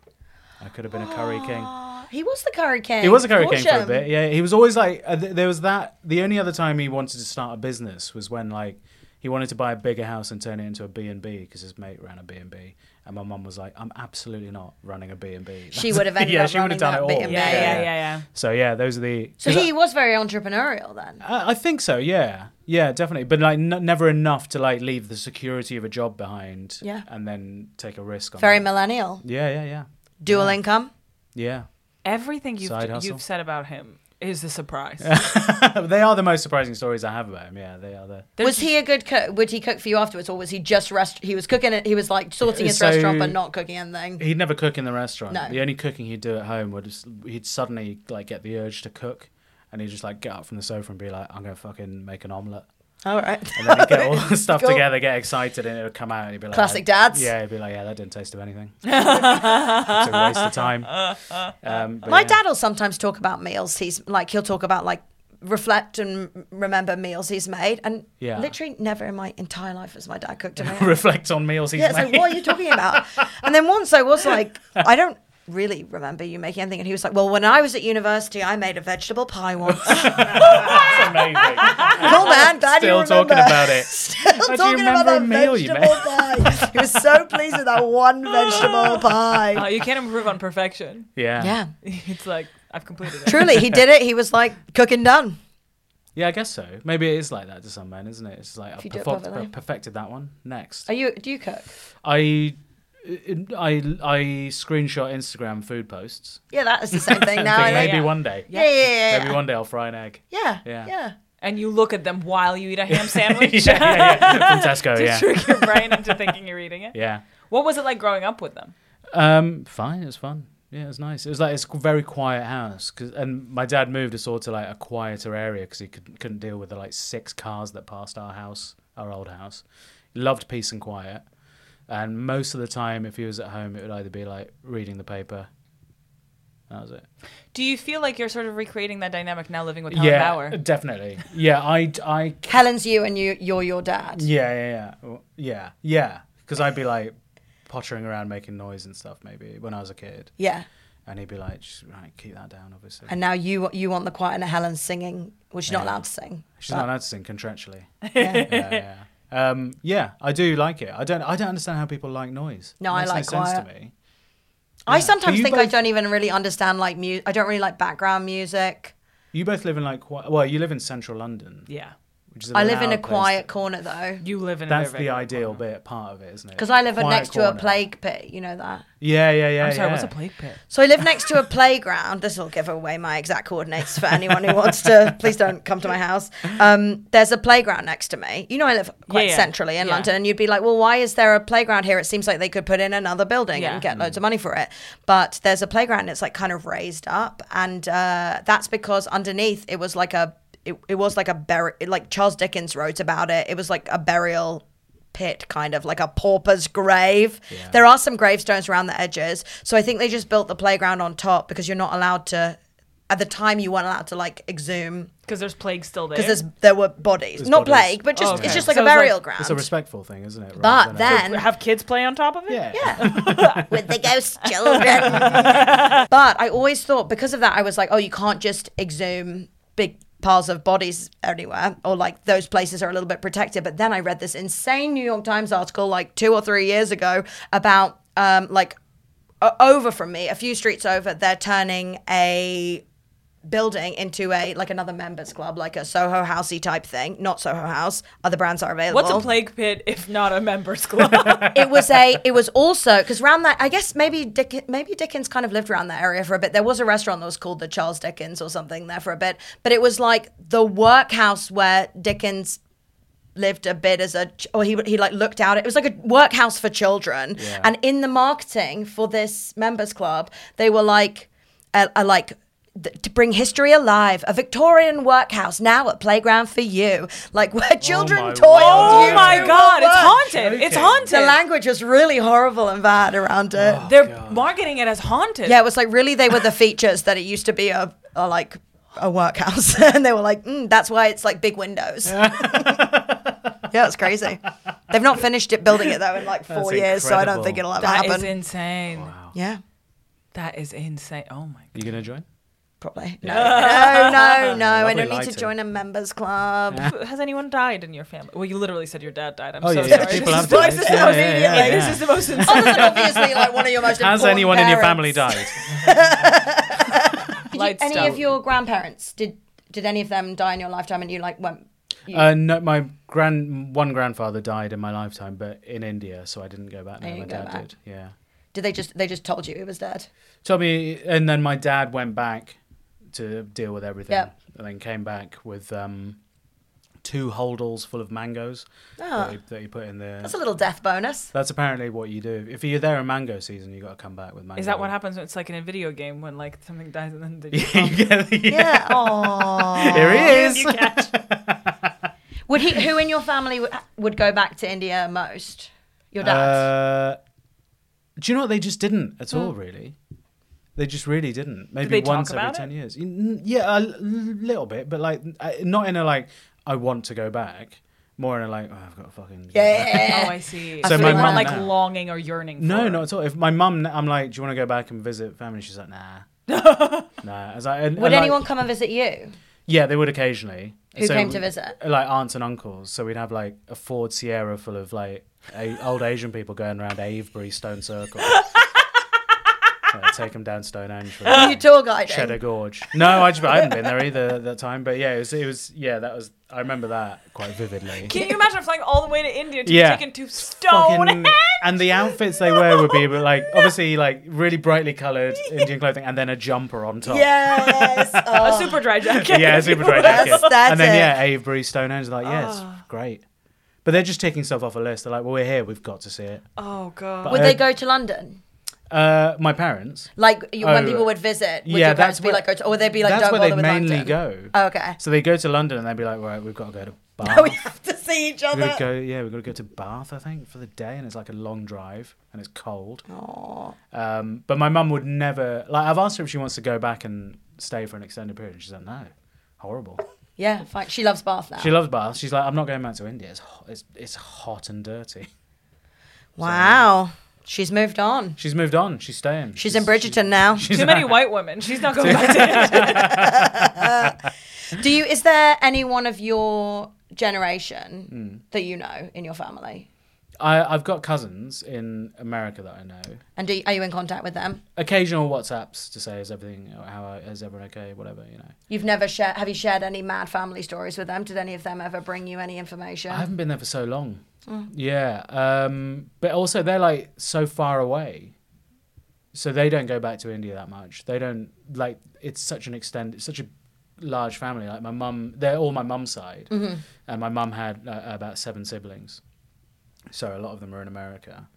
Speaker 6: I could have been
Speaker 4: <gasps>
Speaker 6: a curry king."
Speaker 4: He was the curry king.
Speaker 6: He was a curry king for a
Speaker 4: Horsham.
Speaker 6: bit. Yeah, he was always like uh, th- there was that. The only other time he wanted to start a business was when like he wanted to buy a bigger house and turn it into a B and B because his mate ran a B and B, and my mum was like, "I'm absolutely not running a B and B."
Speaker 4: She
Speaker 6: <laughs>
Speaker 4: would have ended
Speaker 6: yeah,
Speaker 4: up
Speaker 6: she would
Speaker 4: running
Speaker 6: have done
Speaker 4: that
Speaker 6: it all.
Speaker 4: B&B.
Speaker 5: Yeah, yeah, yeah, yeah.
Speaker 6: So yeah, those are the.
Speaker 4: So
Speaker 6: 'cause
Speaker 4: he was very entrepreneurial then.
Speaker 6: I, I think so. Yeah, yeah, definitely. But like, n- never enough to like leave the security of a job behind.
Speaker 4: Yeah.
Speaker 6: and then take a risk on.
Speaker 4: Very
Speaker 6: that.
Speaker 4: millennial.
Speaker 6: Yeah, yeah, yeah,
Speaker 4: Dual income.
Speaker 6: yeah. <laughs>
Speaker 5: Everything you've
Speaker 6: Side hustle.
Speaker 5: you've said about him is a surprise.
Speaker 6: <laughs> they are the most surprising stories I have about him. Yeah, they are the.
Speaker 4: was he a good cook? Would he cook for you afterwards, or was he just rest? He was cooking it. He was like sorting his
Speaker 6: So-
Speaker 4: restaurant, but not cooking anything.
Speaker 6: He'd never cook in the restaurant.
Speaker 4: No.
Speaker 6: The only cooking he'd do at home would just, he'd suddenly like get the urge to cook, and he'd just like get up from the sofa and be like, "I'm gonna fucking make an omelette."
Speaker 4: <laughs> All
Speaker 6: <laughs>
Speaker 4: right.
Speaker 6: And then he'd get all the stuff
Speaker 4: Cool.
Speaker 6: together, get excited, and it would come out, and he'd be like,
Speaker 4: Classic
Speaker 6: "That-
Speaker 4: dads.
Speaker 6: Yeah, he'd be like, "Yeah, that didn't taste
Speaker 4: <laughs>
Speaker 6: of anything. it's a waste of time." Um, but
Speaker 4: My
Speaker 6: yeah.
Speaker 4: dad will sometimes talk about meals. He's like he'll talk about like reflect and m- remember meals he's made, and
Speaker 6: Yeah.
Speaker 4: literally never in my entire life has my dad cooked a meal.
Speaker 6: <laughs> reflect on meals he's
Speaker 4: yeah, it's
Speaker 6: made.
Speaker 4: like what are
Speaker 6: <laughs>
Speaker 4: you talking about? and then once I was like, I don't really remember you making anything, and he was like, Well, when I was at university, I made a vegetable pie once.
Speaker 6: <laughs> That's amazing.
Speaker 4: Cool man, <laughs> glad you
Speaker 6: Still
Speaker 4: remember.
Speaker 6: talking about
Speaker 4: <laughs>
Speaker 6: it.
Speaker 4: Still
Speaker 6: do you
Speaker 4: talking about
Speaker 6: remember a
Speaker 4: that
Speaker 6: meal you
Speaker 4: vegetable pie. he was so pleased with that
Speaker 6: <laughs>
Speaker 4: one vegetable pie.
Speaker 5: Uh, you can't improve on perfection.
Speaker 6: Oh,
Speaker 5: <laughs>
Speaker 6: Yeah.
Speaker 4: yeah,
Speaker 5: It's like I've completed it.
Speaker 4: truly, he did it. He was like cooking done.
Speaker 6: Yeah, I guess so. Maybe it is like that to some men, isn't it? It's like I
Speaker 4: you do it
Speaker 6: perfect-
Speaker 4: properly.
Speaker 6: perfected that one. Next.
Speaker 4: Are you? Do you cook?
Speaker 6: I I I screenshot Instagram food posts.
Speaker 4: Yeah, that is the same thing now.
Speaker 6: Think
Speaker 4: I
Speaker 6: maybe
Speaker 4: think.
Speaker 6: one day.
Speaker 4: Oh, Yeah, yeah, yeah,
Speaker 6: Maybe
Speaker 4: yeah.
Speaker 6: one day I'll fry an egg. <laughs>
Speaker 4: Yeah,
Speaker 6: Yeah.
Speaker 4: yeah.
Speaker 5: And you look at them while you eat a
Speaker 6: <laughs>
Speaker 5: ham sandwich.
Speaker 6: yeah, yeah, yeah. From
Speaker 4: <laughs>
Speaker 6: Tesco,
Speaker 5: to
Speaker 6: yeah.
Speaker 5: <laughs> trick your brain into thinking you're eating it.
Speaker 6: Yeah.
Speaker 5: What was it like growing up with them?
Speaker 6: Um, fine. It was fun. Yeah, it was nice. It was like it's a very quiet house, 'cause- and my dad moved us all to like a quieter area because he could, couldn't deal with the like six cars that passed our house, our old house. He loved peace and quiet, and most of the time, if he was at home, it would either be like reading the paper. That was it.
Speaker 5: Do you feel like you're sort of recreating that dynamic now living with Helen
Speaker 6: yeah,
Speaker 5: Bauer?
Speaker 6: definitely. Yeah, I, I
Speaker 4: Helen's you, and you, you're your dad.
Speaker 6: Yeah, yeah, yeah, Well, yeah, yeah. Because I'd be like pottering around, making noise and stuff. Maybe when I was a kid,
Speaker 4: Yeah.
Speaker 6: and he'd be like, "Just, "Right, keep that down." Obviously,
Speaker 4: And now you, you want the quiet, and Helen's singing. Well, she's not allowed to sing.
Speaker 6: she's not allowed to sing
Speaker 4: <laughs>
Speaker 6: contractually. yeah, yeah. Um, yeah, I do like it. I don't. I don't understand how people like noise.
Speaker 4: No, I
Speaker 6: Makes
Speaker 4: like
Speaker 6: no sense to
Speaker 4: quiet.
Speaker 6: me.
Speaker 4: I sometimes
Speaker 6: you
Speaker 4: think I
Speaker 6: both-
Speaker 4: don't even really understand like music. I don't really like background music.
Speaker 6: You both live in like qui- well, you live in central London,
Speaker 5: yeah.
Speaker 6: Which is a
Speaker 4: I live in a
Speaker 6: loud place.
Speaker 4: quiet corner though,
Speaker 5: You live in
Speaker 6: That's
Speaker 5: a
Speaker 6: the ideal bit part of it, isn't it?
Speaker 4: because I live
Speaker 6: Quiet
Speaker 4: next to
Speaker 6: corner.
Speaker 4: a plague pit. You know that.
Speaker 6: Yeah, yeah, yeah.
Speaker 5: I'm sorry,
Speaker 6: yeah.
Speaker 5: what's a plague pit?
Speaker 4: So I live next
Speaker 6: <laughs>
Speaker 4: to a playground. This will give away my exact coordinates for anyone who wants to. Please don't come to my house. Um, there's a playground next to me. You know, I live quite
Speaker 5: Yeah, yeah.
Speaker 4: centrally in
Speaker 5: Yeah.
Speaker 4: London. And you'd be like, well, why is there a playground here? It seems like they could put in another building
Speaker 5: Yeah.
Speaker 4: and get
Speaker 6: Mm.
Speaker 4: loads of money for it. But there's a playground. It's like kind of raised up. And uh, that's because underneath it was like a. It, it was like a bur- like Charles Dickens wrote about it. It was like a burial pit kind of like a pauper's grave there are some gravestones around the edges so i think they just built the playground on top because you're not allowed to at the time you weren't allowed to like exhume
Speaker 5: Because there's plague still there.
Speaker 4: because there's there were bodies
Speaker 6: There's
Speaker 4: not
Speaker 6: bodies.
Speaker 4: plague but just
Speaker 5: Oh, okay.
Speaker 4: it's just like
Speaker 5: So
Speaker 4: a
Speaker 5: it's like-
Speaker 4: burial
Speaker 6: It's
Speaker 4: ground
Speaker 6: a respectful thing, isn't it?
Speaker 4: but
Speaker 6: rather than a-
Speaker 4: then
Speaker 5: have kids play on top of it.
Speaker 6: yeah.
Speaker 4: with the ghost children. but I always thought because of that, I was like, oh, you can't just exhume big piles of bodies anywhere, or like those places are a little bit protected. But then I read this insane New York Times article like two or three years ago about um, like o- over from me, a few streets over, they're turning a building into a like another members club like a soho housey type thing not soho house other brands are available
Speaker 5: What's a plague pit if not a members <laughs> club?
Speaker 4: it was a it was also because round that I guess maybe Dick, maybe Dickens kind of lived around that area for a bit. There was a restaurant that was called the Charles Dickens or something there for a bit, but it was like the workhouse where Dickens lived a bit as a ch- or he he like looked out. It was like a workhouse for children, and in the marketing for this members club, they were like a, a like. th- To bring history alive, a Victorian workhouse now a playground for you, like where children
Speaker 6: Oh my
Speaker 4: toil.
Speaker 6: word.
Speaker 5: oh
Speaker 6: You
Speaker 5: my
Speaker 6: do
Speaker 5: god, it's
Speaker 4: work.
Speaker 5: haunted. It's
Speaker 6: Joking.
Speaker 5: haunted. Oh,
Speaker 4: The language was really horrible and bad around it.
Speaker 6: Oh.
Speaker 5: They're marketing it as haunted.
Speaker 4: yeah, it was like really they were the features that it used to be a, a like a workhouse, <laughs> and they were like, mm, that's why it's like big windows. <laughs> yeah, it's crazy. They've not finished it building it though in like four
Speaker 6: That's
Speaker 4: years, so I don't
Speaker 6: incredible.
Speaker 4: think it'll ever
Speaker 5: that is
Speaker 4: happen.
Speaker 5: insane.
Speaker 4: yeah.
Speaker 5: That is insane. Oh my god.
Speaker 6: You gonna join?
Speaker 4: Probably. No, no, no,
Speaker 6: <laughs>
Speaker 4: no. I
Speaker 6: Lovely
Speaker 4: don't need to
Speaker 6: lighting.
Speaker 4: join a members club. <laughs>
Speaker 5: <laughs> Has anyone died in your family? Well, you literally said your dad died. I'm
Speaker 6: Oh,
Speaker 5: so
Speaker 6: yeah, yeah,
Speaker 5: sorry. <laughs>
Speaker 6: people
Speaker 5: This
Speaker 6: have
Speaker 5: is the
Speaker 6: died.
Speaker 5: most-
Speaker 6: Yeah, yeah,
Speaker 5: immediately,
Speaker 6: yeah,
Speaker 5: This
Speaker 6: yeah.
Speaker 5: is the most
Speaker 4: Other
Speaker 5: insane.
Speaker 4: than obviously like one of your most
Speaker 6: Has
Speaker 4: important
Speaker 6: anyone in your
Speaker 4: parents.
Speaker 6: family died?
Speaker 4: <laughs>
Speaker 5: Lights
Speaker 4: Any
Speaker 5: down.
Speaker 4: of your grandparents did did any of them die in your lifetime and you like went
Speaker 6: Uh, no, my grand one grandfather died in my lifetime, but in India, so I didn't go back. There.
Speaker 4: you
Speaker 6: My
Speaker 4: didn't
Speaker 6: dad
Speaker 4: go back.
Speaker 6: did. Yeah,
Speaker 4: did they just they just told you it was dead?
Speaker 6: told me, and then my dad went back to deal with everything,
Speaker 4: Yep.
Speaker 6: and then came back with um, two holdalls full of mangoes that, he, that he put in there.
Speaker 4: Ah. That's a little death
Speaker 6: <laughs>
Speaker 4: bonus.
Speaker 6: That's apparently what you do if you're there in mango season. You got to come back with mango.
Speaker 5: Is
Speaker 6: <laughs>
Speaker 5: that what happens when it's like in a video game when like something dies and then they just
Speaker 6: <laughs> you get
Speaker 4: <laughs>
Speaker 6: the-
Speaker 4: Yeah.
Speaker 6: Oh.
Speaker 4: Aww.
Speaker 6: Here he is.
Speaker 4: Would he? Who in your family would, would go back to India most? Your dad.
Speaker 6: Uh, do you know what they just didn't at
Speaker 4: Hmm.
Speaker 6: all? Really, they just really didn't. Maybe
Speaker 5: they talk
Speaker 6: once every
Speaker 5: about
Speaker 6: ten
Speaker 5: it?
Speaker 6: years. Mm, Yeah, a l- little bit, but like I- not in a like I want to go back. More in a like oh, I've got a fucking
Speaker 4: yeah.
Speaker 5: Oh, I see.
Speaker 6: So
Speaker 5: So,
Speaker 6: my
Speaker 5: you
Speaker 6: mum
Speaker 5: weren't like
Speaker 6: now-
Speaker 5: longing or yearning. For
Speaker 6: No,
Speaker 5: it.
Speaker 6: not at all. If my mum, I'm like, do you want to go back and visit family? She's like, nah,
Speaker 4: <laughs>
Speaker 6: nah. I was like,
Speaker 4: Would
Speaker 6: and- and, like-
Speaker 4: anyone come and visit
Speaker 6: <laughs>
Speaker 4: you?
Speaker 6: Yeah, they would occasionally.
Speaker 4: Who came to visit?
Speaker 6: Like aunts and uncles. So we'd have like a Ford Sierra full of like a, old Asian people going around Avebury
Speaker 4: <laughs>
Speaker 6: Stone Circle. Uh, take them down Stonehenge.
Speaker 4: <laughs>
Speaker 6: For
Speaker 4: Were you tour guiding?
Speaker 6: Cheddar Gorge. No, I, just, I hadn't been there either at that time. But yeah, it was, it was. Yeah, that was. I remember that quite vividly. <laughs>
Speaker 5: Can you imagine flying all the way to India to
Speaker 6: Yeah.
Speaker 5: be taken to Stonehenge?
Speaker 6: and the outfits they wear would be but
Speaker 4: <laughs>
Speaker 6: like obviously like really brightly coloured Indian clothing and then a jumper on top.
Speaker 4: Yes.
Speaker 6: <laughs>
Speaker 5: a
Speaker 4: Oh,
Speaker 5: super dry jacket.
Speaker 6: yeah, super
Speaker 4: <laughs>
Speaker 6: dry jacket.
Speaker 4: that's
Speaker 6: and then
Speaker 4: it.
Speaker 6: yeah, Avebury Stonehenge. Like yeah,
Speaker 4: Ah.
Speaker 6: it's great. But they're just taking stuff off a list. They're like, well, we're here. We've got to see it.
Speaker 5: <laughs> Oh god.
Speaker 6: But
Speaker 4: would
Speaker 6: I-
Speaker 4: they go to London?
Speaker 6: Uh, my parents.
Speaker 4: Like you, when
Speaker 6: Oh,
Speaker 4: people would visit, would
Speaker 6: yeah,
Speaker 4: your parents
Speaker 6: that's
Speaker 4: be
Speaker 6: where-
Speaker 4: like, go to, or would they be like,
Speaker 6: that's
Speaker 4: don't
Speaker 6: where
Speaker 4: bother
Speaker 6: they
Speaker 4: with
Speaker 6: mainly
Speaker 4: London?
Speaker 6: go.
Speaker 4: Oh, okay. <laughs>
Speaker 6: So they go to London and they'd be like, right, we've got to go to Bath.
Speaker 4: Oh, we have to see each
Speaker 6: We've got
Speaker 4: other.
Speaker 6: to go, yeah, we've got to go to Bath, I think, for the day, and it's like a long drive, and it's cold. Um, but my mum would never like. I've asked her if she wants to go back and stay for an extended period. and She's like, no, horrible.
Speaker 4: Yeah, fine. She loves Bath now.
Speaker 6: She loves Bath. She's like, I'm not going back to India. It's hot, it's, it's hot and dirty. <laughs>
Speaker 4: wow, she's moved on.
Speaker 6: She's moved on. She's staying.
Speaker 4: She's in Bridgerton now.
Speaker 5: Too many white women. She's not going
Speaker 6: <laughs>
Speaker 5: back to
Speaker 4: Do you?
Speaker 6: Hmm.
Speaker 4: Is there anyone of your generation that you know in your family?
Speaker 6: I, I've got cousins in America that I know.
Speaker 4: And do you, are you in contact with them?
Speaker 6: Occasional WhatsApps to say is everything how is everyone okay, whatever you know.
Speaker 4: You've never shared. Have you shared any mad family stories with them? Did any of them ever bring you any information?
Speaker 6: I haven't been there for so long. Yeah, um, but also they're like so far away, so they don't go back to India that much. They don't like it's such an extend, it's such a large family. Like my mum, they're all my mum's side, and my mum had uh, about seven siblings, so a lot of them are in America.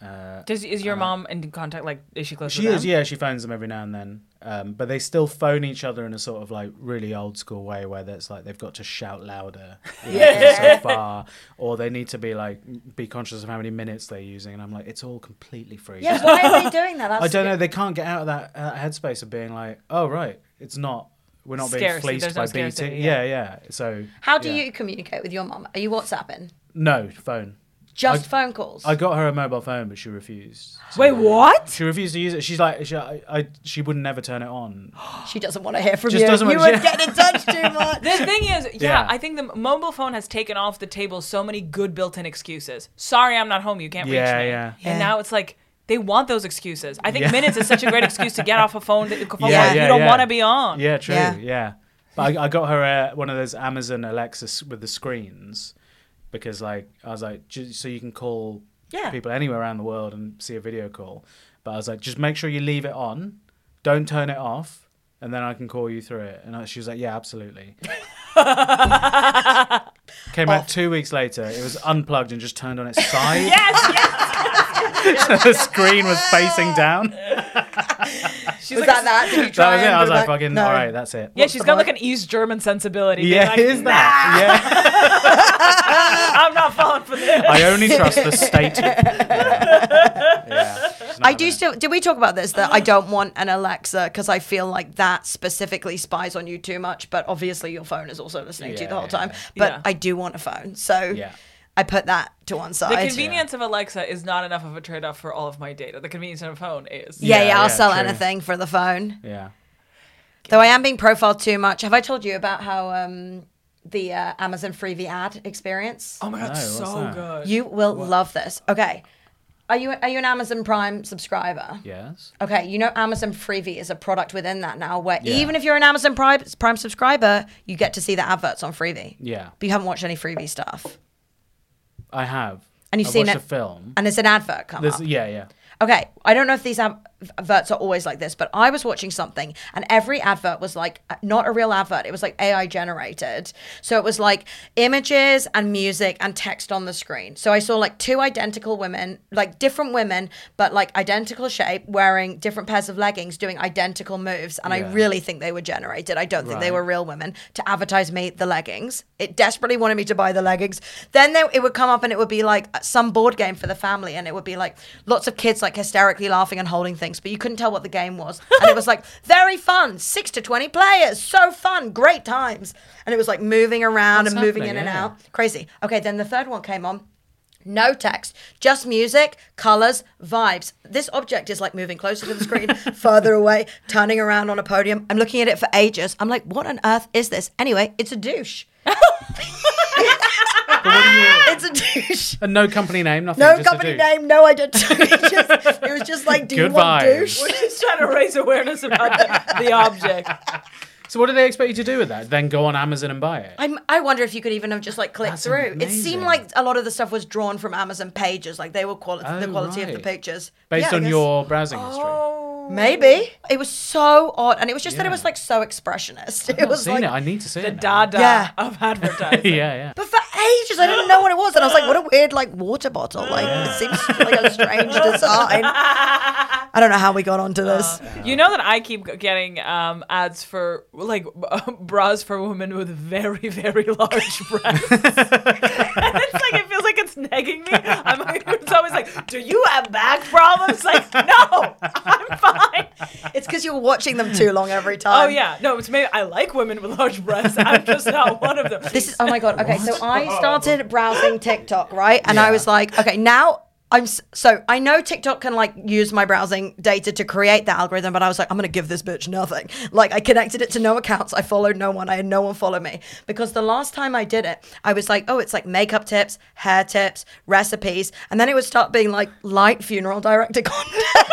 Speaker 6: Uh,
Speaker 5: <laughs> Does is your mom in contact? Like, is she close?
Speaker 6: she
Speaker 5: with
Speaker 6: is,
Speaker 5: them?
Speaker 6: yeah. She phones them every now and then, um, but they still phone each other in a sort of like really old school way, where that's like they've got to shout louder, yeah, so far, or they need to be like be conscious of how many minutes they're using. And I'm like, it's all completely free.
Speaker 4: yeah, why are they doing that? That's
Speaker 6: <laughs> I don't know. They can't get out of that uh, headspace of being like, oh right, it's not. We're not being
Speaker 5: Scarcity,
Speaker 6: fleeced
Speaker 5: there's
Speaker 6: by
Speaker 5: no
Speaker 6: BT.
Speaker 5: scarcity, yeah.
Speaker 6: yeah. yeah, So
Speaker 4: How do
Speaker 6: yeah.
Speaker 4: you communicate with your mum? Are you WhatsApping?
Speaker 6: No phone.
Speaker 4: Just phone calls.
Speaker 6: I got her a mobile phone, but she refused. So
Speaker 5: Wait, what?
Speaker 6: She refused to use it. She's like, she, I, I, she would never turn it on.
Speaker 4: she doesn't want to hear from
Speaker 6: Just
Speaker 4: you.
Speaker 6: doesn't
Speaker 4: you
Speaker 6: want- <laughs>
Speaker 4: would
Speaker 6: yeah.
Speaker 4: get in touch too much.
Speaker 5: The thing is, yeah,
Speaker 6: Yeah.
Speaker 5: I think the mobile phone has taken off the table so many good built-in excuses. Sorry, I'm not home. You can't
Speaker 6: Yeah,
Speaker 5: reach me.
Speaker 6: yeah.
Speaker 4: Yeah.
Speaker 5: And now it's like they want those excuses. I think minutes is such a great excuse to get off a phone that a phone
Speaker 6: Yeah,
Speaker 5: that
Speaker 6: yeah,
Speaker 5: you don't
Speaker 6: yeah.
Speaker 5: want to be on.
Speaker 6: Yeah, true.
Speaker 4: Yeah.
Speaker 6: Yeah. But I, I got her uh, one of those Amazon Alexa s- with the screens because, like, I was like, "Ju- so you can call
Speaker 5: Yeah.
Speaker 6: people anywhere around the world and see a video call. But I was like, just make sure you leave it on, don't turn it off, and then I can call you through it. And I, she was like, yeah, <laughs> absolutely. Came out two weeks later. It was unplugged and just turned on its side. yes, <laughs> the screen was facing <laughs> down.
Speaker 4: was that that? Did you
Speaker 6: <laughs> That
Speaker 4: try
Speaker 6: was it.
Speaker 4: and
Speaker 6: I was
Speaker 4: go
Speaker 6: like,
Speaker 4: back?
Speaker 6: fucking,
Speaker 4: No.
Speaker 6: all right, that's it.
Speaker 5: Yeah, she's got like an East German sensibility. being
Speaker 6: Yeah,
Speaker 5: like,
Speaker 6: is that? Yeah.
Speaker 5: I'm not falling for this. <laughs>
Speaker 6: I only trust the state. Yeah. She's not
Speaker 4: I
Speaker 6: having
Speaker 4: do
Speaker 6: it.
Speaker 4: still. Did we talk about this? That I don't want an Alexa because I feel like that specifically spies on you too much. But obviously, your phone is also listening to you the
Speaker 6: Yeah,
Speaker 4: whole time.
Speaker 6: yeah,
Speaker 4: But
Speaker 5: Yeah.
Speaker 4: I do want a phone, so
Speaker 6: Yeah.
Speaker 4: I put that to one
Speaker 5: The
Speaker 4: side.
Speaker 5: convenience of Alexa is not enough of a trade-off for all of my data. The convenience of a phone is.
Speaker 4: yeah, yeah,
Speaker 6: Yeah,
Speaker 4: I'll
Speaker 6: yeah,
Speaker 4: sell
Speaker 6: true.
Speaker 4: anything for the phone.
Speaker 6: Yeah.
Speaker 4: Though I am being profiled too much. Have I told you about how um, the uh, Amazon freebie ad experience?
Speaker 5: Oh my god,
Speaker 6: No, what's
Speaker 5: so
Speaker 6: that?
Speaker 5: good.
Speaker 4: You will love this. Okay, are you are you an Amazon Prime subscriber?
Speaker 6: Yes.
Speaker 4: Okay, you know Amazon Freevee is a product within that now, where
Speaker 6: Yeah.
Speaker 4: even if you're an Amazon Prime, Prime subscriber, you get to see the adverts on Freevee.
Speaker 6: Yeah.
Speaker 4: But you haven't watched any Freevee stuff,
Speaker 6: I have.
Speaker 4: And you've
Speaker 6: I've
Speaker 4: seen
Speaker 6: watched
Speaker 4: it-
Speaker 6: a film.
Speaker 4: and there's an advert come
Speaker 6: There's,
Speaker 4: up.
Speaker 6: yeah, yeah.
Speaker 4: Okay, I don't know if these ad- adverts are always like this, but I was watching something and every advert was like uh, not a real advert. It was like AI generated. So it was like images and music and text on the screen. So I saw like two identical women, like different women, but like identical shape, wearing different pairs of leggings, doing identical moves. And I
Speaker 6: Yeah.
Speaker 4: really think they were generated. I don't think they
Speaker 6: Right.
Speaker 4: were real women to advertise me the leggings. It desperately wanted me to buy the leggings. Then they, it would come up and it would be like some board game for the family, and it would be like lots of kids like hysterically laughing and holding things, but you couldn't tell what the game
Speaker 6: <laughs>
Speaker 4: was. And it was like very fun, six to twenty players, so fun, great times. And it was like moving around
Speaker 6: What's
Speaker 4: and moving in
Speaker 6: happening?
Speaker 4: and
Speaker 6: Yeah.
Speaker 4: out, crazy. Okay, then the third one came on. No text, just music, colors, vibes. This object is like moving closer to the
Speaker 6: <laughs>
Speaker 4: screen, further away, turning around on a podium. I'm looking at it for ages. I'm like, what on earth is this? Anyway, it's a
Speaker 6: <laughs>
Speaker 4: douche. <laughs> it's a douche.
Speaker 6: And no company name, nothing.
Speaker 4: No
Speaker 6: just a
Speaker 4: company
Speaker 6: dude.
Speaker 4: name, no identity. <laughs> Just- it was just like, do you
Speaker 6: Good
Speaker 4: want
Speaker 6: vibes.
Speaker 4: douche?
Speaker 5: We're just trying to raise awareness about the, the object.
Speaker 6: So what do they expect you to do with that? Then go on Amazon and buy it.
Speaker 4: I'm, I wonder if you could even have just like clicked
Speaker 6: That's
Speaker 4: through. It
Speaker 6: amazing.
Speaker 4: seemed like a lot of the stuff was drawn from Amazon pages, like they were quali- the
Speaker 6: Oh,
Speaker 4: quality of the
Speaker 6: right.
Speaker 4: pictures.
Speaker 6: Based
Speaker 4: Yeah, I
Speaker 6: on
Speaker 4: guess- Oh,
Speaker 6: your browsing history.
Speaker 4: Maybe it was so odd, and it was just that it
Speaker 6: Yeah.
Speaker 4: was like so expressionist. <laughs>
Speaker 6: I've
Speaker 4: it
Speaker 6: not
Speaker 4: was
Speaker 6: seen
Speaker 4: like,
Speaker 6: it. I need to see
Speaker 5: The
Speaker 6: it. now.
Speaker 5: dada
Speaker 4: Yeah.
Speaker 5: of advertising.
Speaker 4: <laughs>
Speaker 6: Yeah, <laughs> yeah.
Speaker 4: but for ages I didn't know what it was, and I was like, what
Speaker 6: <laughs>
Speaker 4: a weird like water bottle. Like it seems like a strange design. I don't know how we got onto this.
Speaker 6: Uh.
Speaker 5: You know that I keep getting um, ads for like <laughs> bras for women with very, very large breasts. <laughs> and it's like it feels like it's nagging me. I'm like, <laughs> it's always like, do you have back problems? Like, no, I'm fine.
Speaker 4: It's because you were watching them too long every time.
Speaker 5: Oh yeah, no, it's maybe I like women with large breasts. I'm just not one of them.
Speaker 4: This is oh my god. Okay, so I started browsing TikTok, right? And I was like, okay, now I'm s- so I know TikTok can like use my browsing data to create that algorithm, but I was like, I'm gonna give this bitch nothing. Like I connected it to no accounts, I followed no one, I had no one follow me because the last time I did it, I was like, oh, it's like makeup tips, hair tips, recipes, and then it would start being like light funeral director <laughs> content.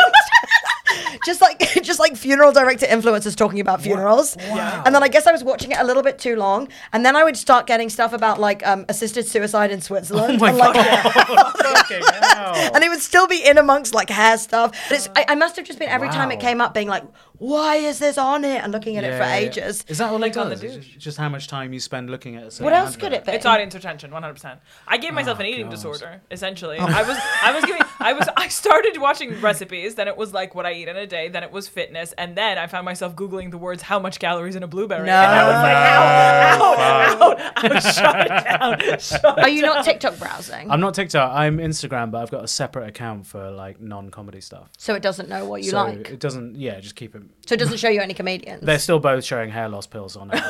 Speaker 4: Just like, <laughs> just like funeral director influencers talking about funerals, and then I guess I was watching it a little bit too long, and then I would start getting stuff about like um, assisted suicide in
Speaker 6: Oh
Speaker 4: Switzerland. and, like,
Speaker 6: Fucking hell.
Speaker 4: Oh, and it would still be in amongst like hair stuff. And it's, I, I must have just been every time it
Speaker 6: Wow.
Speaker 4: came up being like, why is this on it? And looking at it for
Speaker 6: Yeah, yeah, yeah.
Speaker 4: ages.
Speaker 6: Is that all it
Speaker 5: on the
Speaker 6: does? It's just, just how much time you spend looking at a certain
Speaker 4: What else
Speaker 6: advert?
Speaker 4: could it be?
Speaker 5: It's audience retention, 100%. I gave myself an eating
Speaker 6: Oh, God. Oh.
Speaker 5: disorder, essentially. I was, I was giving, I was, I started watching recipes. Then it was like what I eat in a day. Then it was fitness, and then I found myself googling the words "how much calories in a blueberry."
Speaker 4: No.
Speaker 5: And I was like, "Ow, ow, ow, ow, shut it down, shut
Speaker 4: Are you not TikTok browsing?
Speaker 6: I'm not TikTok. I'm Instagram, but I've got a separate account for like non-comedy stuff.
Speaker 4: so it doesn't know what you
Speaker 6: so
Speaker 4: like.
Speaker 6: it doesn't. Yeah, just keep it.
Speaker 4: so it doesn't show you any comedians.
Speaker 6: They're still both showing hair loss pills on it.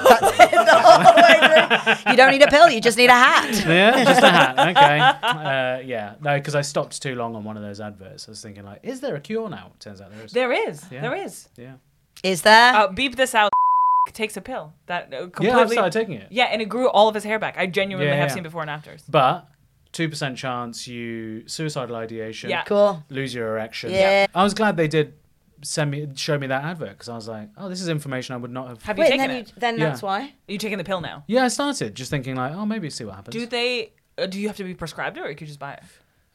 Speaker 4: you don't need a pill, you just need a
Speaker 6: <laughs>
Speaker 4: hat.
Speaker 6: yeah, just a hat. Okay. Uh, yeah. No, because I stopped too long on one of those adverts. I was thinking like, is there a cure now? Turns out there is.
Speaker 5: There is, there is.
Speaker 6: yeah.
Speaker 4: Is there?
Speaker 5: Uh, beep this out. <laughs> Takes a pill that uh, completely.
Speaker 6: Yeah, I've started taking it.
Speaker 5: Yeah, and it grew all of his hair back. I genuinely
Speaker 6: Yeah,
Speaker 5: have
Speaker 6: yeah.
Speaker 5: seen before and afters.
Speaker 6: But two percent chance you suicidal ideation.
Speaker 5: Yeah.
Speaker 4: cool.
Speaker 6: Lose your erection.
Speaker 4: Yeah.
Speaker 6: I was glad they did send me show me that advert because I was like, oh, this is information I would not have.
Speaker 5: Have you
Speaker 4: Wait, and
Speaker 5: taken
Speaker 4: then, you,
Speaker 5: it?
Speaker 4: then
Speaker 6: Yeah.
Speaker 4: that's why?
Speaker 5: Are you taking the pill now?
Speaker 6: Yeah, I started just thinking like, oh, maybe see what happens.
Speaker 5: Do they? Uh, do you have to be prescribed it, or you could just buy it?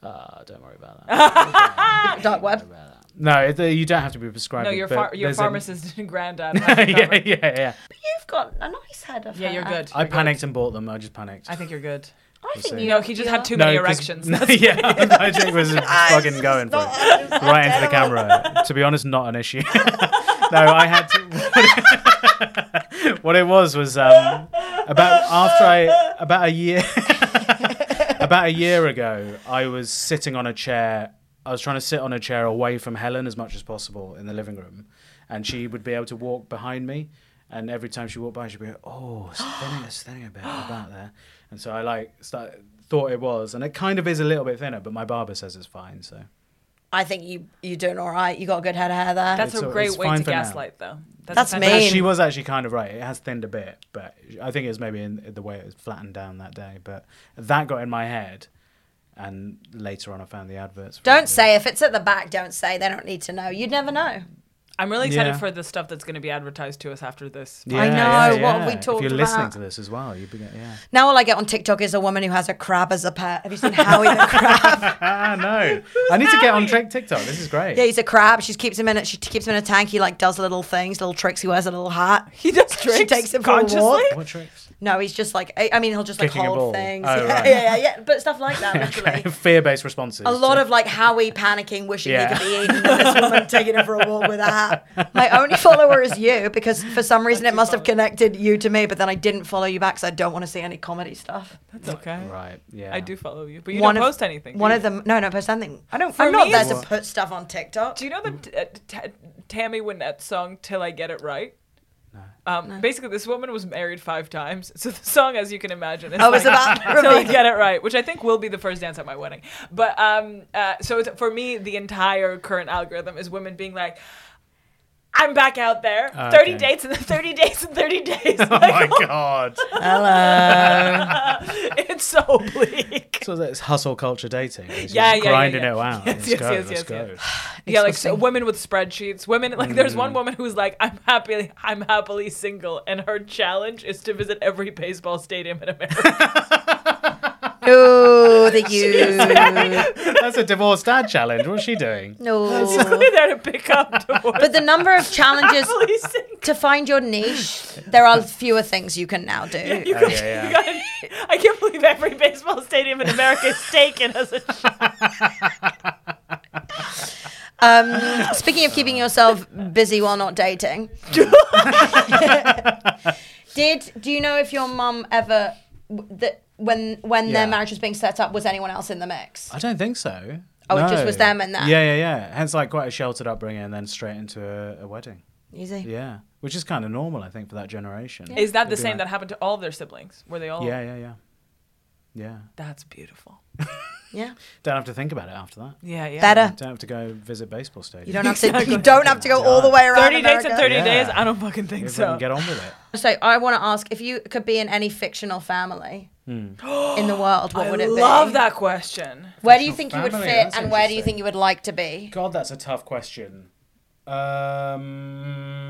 Speaker 6: Ah, don't worry about that.
Speaker 4: Dark web.
Speaker 6: <laughs> no, it, you don't have to be prescribed.
Speaker 5: No,
Speaker 6: it,
Speaker 5: your
Speaker 6: but
Speaker 5: far- your
Speaker 6: there's a- <laughs>
Speaker 5: pharmacist <laughs> and granddad.
Speaker 6: yeah, yeah, yeah.
Speaker 4: You've got a nice head of
Speaker 5: Yeah,
Speaker 4: hair.
Speaker 5: you're good.
Speaker 6: I panicked and bought them. I just panicked.
Speaker 5: I think you're good.
Speaker 4: I think
Speaker 6: see.
Speaker 4: you
Speaker 5: No, he just had too many
Speaker 6: 'cause-
Speaker 5: erections.
Speaker 6: <laughs> No, yeah, my dick was just fucking
Speaker 4: it's
Speaker 6: going for
Speaker 4: not-
Speaker 6: it.
Speaker 4: it's not
Speaker 6: <laughs> Right into the
Speaker 4: terrible.
Speaker 6: camera. To be honest, not an issue. <laughs> no, I had to. What it, <laughs> what it was was um, about after I about a year <laughs> about a year ago, I was sitting on a chair. I was trying to sit on a chair away from Helen as much as possible in the living room, and she would be able to walk behind me. And every time she walked by, she'd be like, "Oh, spinning, it's thinning a bit about there." And so I like start, thought it was, and it kind of is a little bit thinner, but my barber says it's fine. So
Speaker 4: I think you, you're doing all right. You got a good head of hair there.
Speaker 5: <laughs> That's
Speaker 6: It's
Speaker 5: a
Speaker 6: all-
Speaker 5: great
Speaker 6: it's
Speaker 5: way
Speaker 6: fine
Speaker 5: to
Speaker 6: for now.
Speaker 5: gaslight, though.
Speaker 4: That's
Speaker 5: a
Speaker 4: me.
Speaker 5: fantastic-
Speaker 4: Mean.
Speaker 6: she was actually kind of right. It has thinned a bit, but I think it was maybe in the way it was flattened down that day. But that got in my head, and later on, I found the adverts. for it.
Speaker 4: don't say. If it's at the back, don't say. They don't need to know. You'd never know.
Speaker 5: I'm really excited
Speaker 6: Yeah.
Speaker 5: for the stuff that's going to be advertised to us after this. <laughs>
Speaker 6: Yeah,
Speaker 4: I know,
Speaker 6: yeah,
Speaker 4: what
Speaker 6: yeah.
Speaker 4: have we talked
Speaker 6: If you're listening
Speaker 4: about?
Speaker 6: to this as well, you'd be yeah.
Speaker 4: Now all I get on TikTok is a woman who has a crab as a pet. Have you seen Howie
Speaker 6: <laughs>
Speaker 4: the crab?
Speaker 6: Ah no, I need to get on Trek TikTok. This is great.
Speaker 4: Yeah, he's a crab. She keeps him in it. She keeps him in a tank. He like does little things, little tricks. He wears a little hat.
Speaker 5: He does
Speaker 4: she
Speaker 5: tricks
Speaker 4: takes him for a
Speaker 5: consciously?
Speaker 4: walk.
Speaker 6: What <laughs> tricks?
Speaker 4: No, he's just like I I mean, he'll just like
Speaker 6: Kicking a ball.
Speaker 4: hold things.
Speaker 6: Oh,
Speaker 4: yeah,
Speaker 6: right.
Speaker 4: yeah, yeah, yeah. But stuff like
Speaker 6: <laughs>
Speaker 4: that, literally.
Speaker 6: Fear-based responses.
Speaker 4: A lot of like Howie panicking, wishing he
Speaker 6: Yeah.
Speaker 4: could be eaten, and this
Speaker 5: <laughs>
Speaker 4: woman taking him for a walk with a hat. My only follower is you because for some reason it must have connected you to me, but then I didn't follow you back because I don't want to see any comedy stuff.
Speaker 5: That's okay.
Speaker 6: Right. Yeah.
Speaker 5: I do follow you, but you
Speaker 4: One
Speaker 5: don't
Speaker 4: of-
Speaker 5: post anything. do
Speaker 4: One
Speaker 5: you?
Speaker 4: of them, no, no, post anything. I don't.
Speaker 5: For
Speaker 4: I'm not
Speaker 5: me,
Speaker 4: there
Speaker 5: it's-
Speaker 4: to put stuff on TikTok.
Speaker 5: Do you know the t- uh, t- Tammy Wynette song "Till I Get It Right"? Um, Basically, this woman was married five times, so the song, as you can imagine, is
Speaker 4: Oh, it's
Speaker 5: like,
Speaker 4: about
Speaker 5: "Till I
Speaker 4: repeating.
Speaker 5: Get It Right," which I think will be the first dance at my wedding. But um, uh, so it's, for me, the entire current algorithm is women being like. I'm back out there.
Speaker 6: Ah, Okay.
Speaker 5: Thirty dates and <laughs> then thirty dates and thirty dates.
Speaker 6: Oh my
Speaker 5: <laughs>
Speaker 6: god.
Speaker 4: <laughs>
Speaker 5: it's so bleak.
Speaker 6: so it's hustle culture dating. It's
Speaker 5: Yeah,
Speaker 6: just
Speaker 5: yeah, yeah,
Speaker 6: grinding
Speaker 5: yeah.
Speaker 4: <laughs>
Speaker 6: it out.
Speaker 5: Yes,
Speaker 6: let's
Speaker 5: yes,
Speaker 6: go.
Speaker 5: yes,
Speaker 6: let's
Speaker 5: yes,
Speaker 6: go.
Speaker 5: <sighs> Yeah, like so women with spreadsheets. Women like there's
Speaker 6: Mm.
Speaker 5: one woman who's like, I'm happily I'm happily single and her challenge is to visit every baseball stadium in America. <laughs>
Speaker 4: No, the you.
Speaker 6: That's a divorced dad challenge. What's
Speaker 4: <laughs>
Speaker 6: she doing?
Speaker 4: No.
Speaker 5: <laughs> They're there to pick up divorce. <laughs>
Speaker 4: But the number of challenges
Speaker 5: happily single.
Speaker 4: to find your niche, there are fewer things you can now do.
Speaker 5: You got- you got- I can't believe every baseball stadium in America is taken as a
Speaker 4: Um, speaking of keeping yourself busy while not
Speaker 6: <laughs>
Speaker 4: dating, did do you know if your mum ever w- that when when
Speaker 6: Yeah.
Speaker 4: their marriage was being set up was anyone else in the mix?
Speaker 6: I don't think so.
Speaker 4: Oh, it just was them and that.
Speaker 6: Yeah, yeah, yeah. Hence, like quite a sheltered upbringing, and then straight into a, a wedding.
Speaker 4: Easy.
Speaker 6: Yeah, which is kind of normal, I think, for that generation.
Speaker 5: <laughs> Is that the
Speaker 6: They'd be
Speaker 5: same
Speaker 6: like-
Speaker 5: that happened to all of their siblings? Were they all
Speaker 6: Yeah, yeah, yeah, yeah.
Speaker 5: That's beautiful.
Speaker 4: Yeah.
Speaker 6: Don't have to think about it after that.
Speaker 5: Yeah, yeah.
Speaker 6: <laughs>
Speaker 4: Better.
Speaker 6: Don't have to go visit baseball stadiums.
Speaker 4: You don't
Speaker 6: <laughs>
Speaker 4: have to. <laughs> You don't have to go all the way around.
Speaker 5: 30 days
Speaker 4: America.
Speaker 5: and 30
Speaker 6: Yeah.
Speaker 5: days? I don't fucking think
Speaker 6: Everyone
Speaker 5: so.
Speaker 6: get on with it.
Speaker 4: So I want to ask if you could be in any fictional family
Speaker 6: Hmm.
Speaker 4: in the world, <gasps> what
Speaker 5: I
Speaker 4: would it be?
Speaker 5: love that question.
Speaker 4: Where do you think you would
Speaker 6: family,
Speaker 4: fit,
Speaker 6: that's
Speaker 4: and where do you
Speaker 6: interesting.
Speaker 4: think you would like to be?
Speaker 6: <laughs> God, that's a tough question.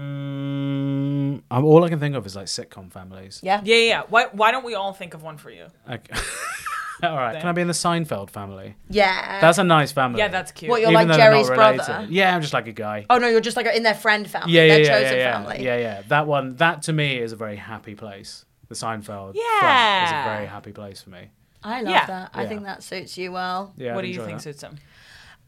Speaker 6: Um, I'm, all I can think of is like sitcom families.
Speaker 4: Yeah.
Speaker 5: Yeah, yeah, yeah. Why, why don't we all think of one for you?
Speaker 6: Okay. <laughs> all right. Can I be in the Seinfeld family?
Speaker 4: Yeah.
Speaker 6: That's a nice family.
Speaker 5: Yeah, that's cute.
Speaker 4: What, you're like
Speaker 6: Even though they're not
Speaker 4: Jerry's brother.
Speaker 6: related. Yeah, I'm just like a guy.
Speaker 4: Oh no, you're just like in their friend family,
Speaker 6: yeah, yeah,
Speaker 4: their
Speaker 6: yeah,
Speaker 4: chosen
Speaker 6: yeah, yeah.
Speaker 4: family.
Speaker 6: Yeah, yeah. That one, that to me is a very happy place. The Seinfeld flat is
Speaker 5: Yeah.
Speaker 6: a very happy place for me.
Speaker 4: I love
Speaker 5: Yeah.
Speaker 4: that. I
Speaker 6: Yeah.
Speaker 4: think that suits you well.
Speaker 6: Yeah.
Speaker 5: what do
Speaker 6: I'd
Speaker 5: you think
Speaker 6: enjoy that.
Speaker 5: suits him?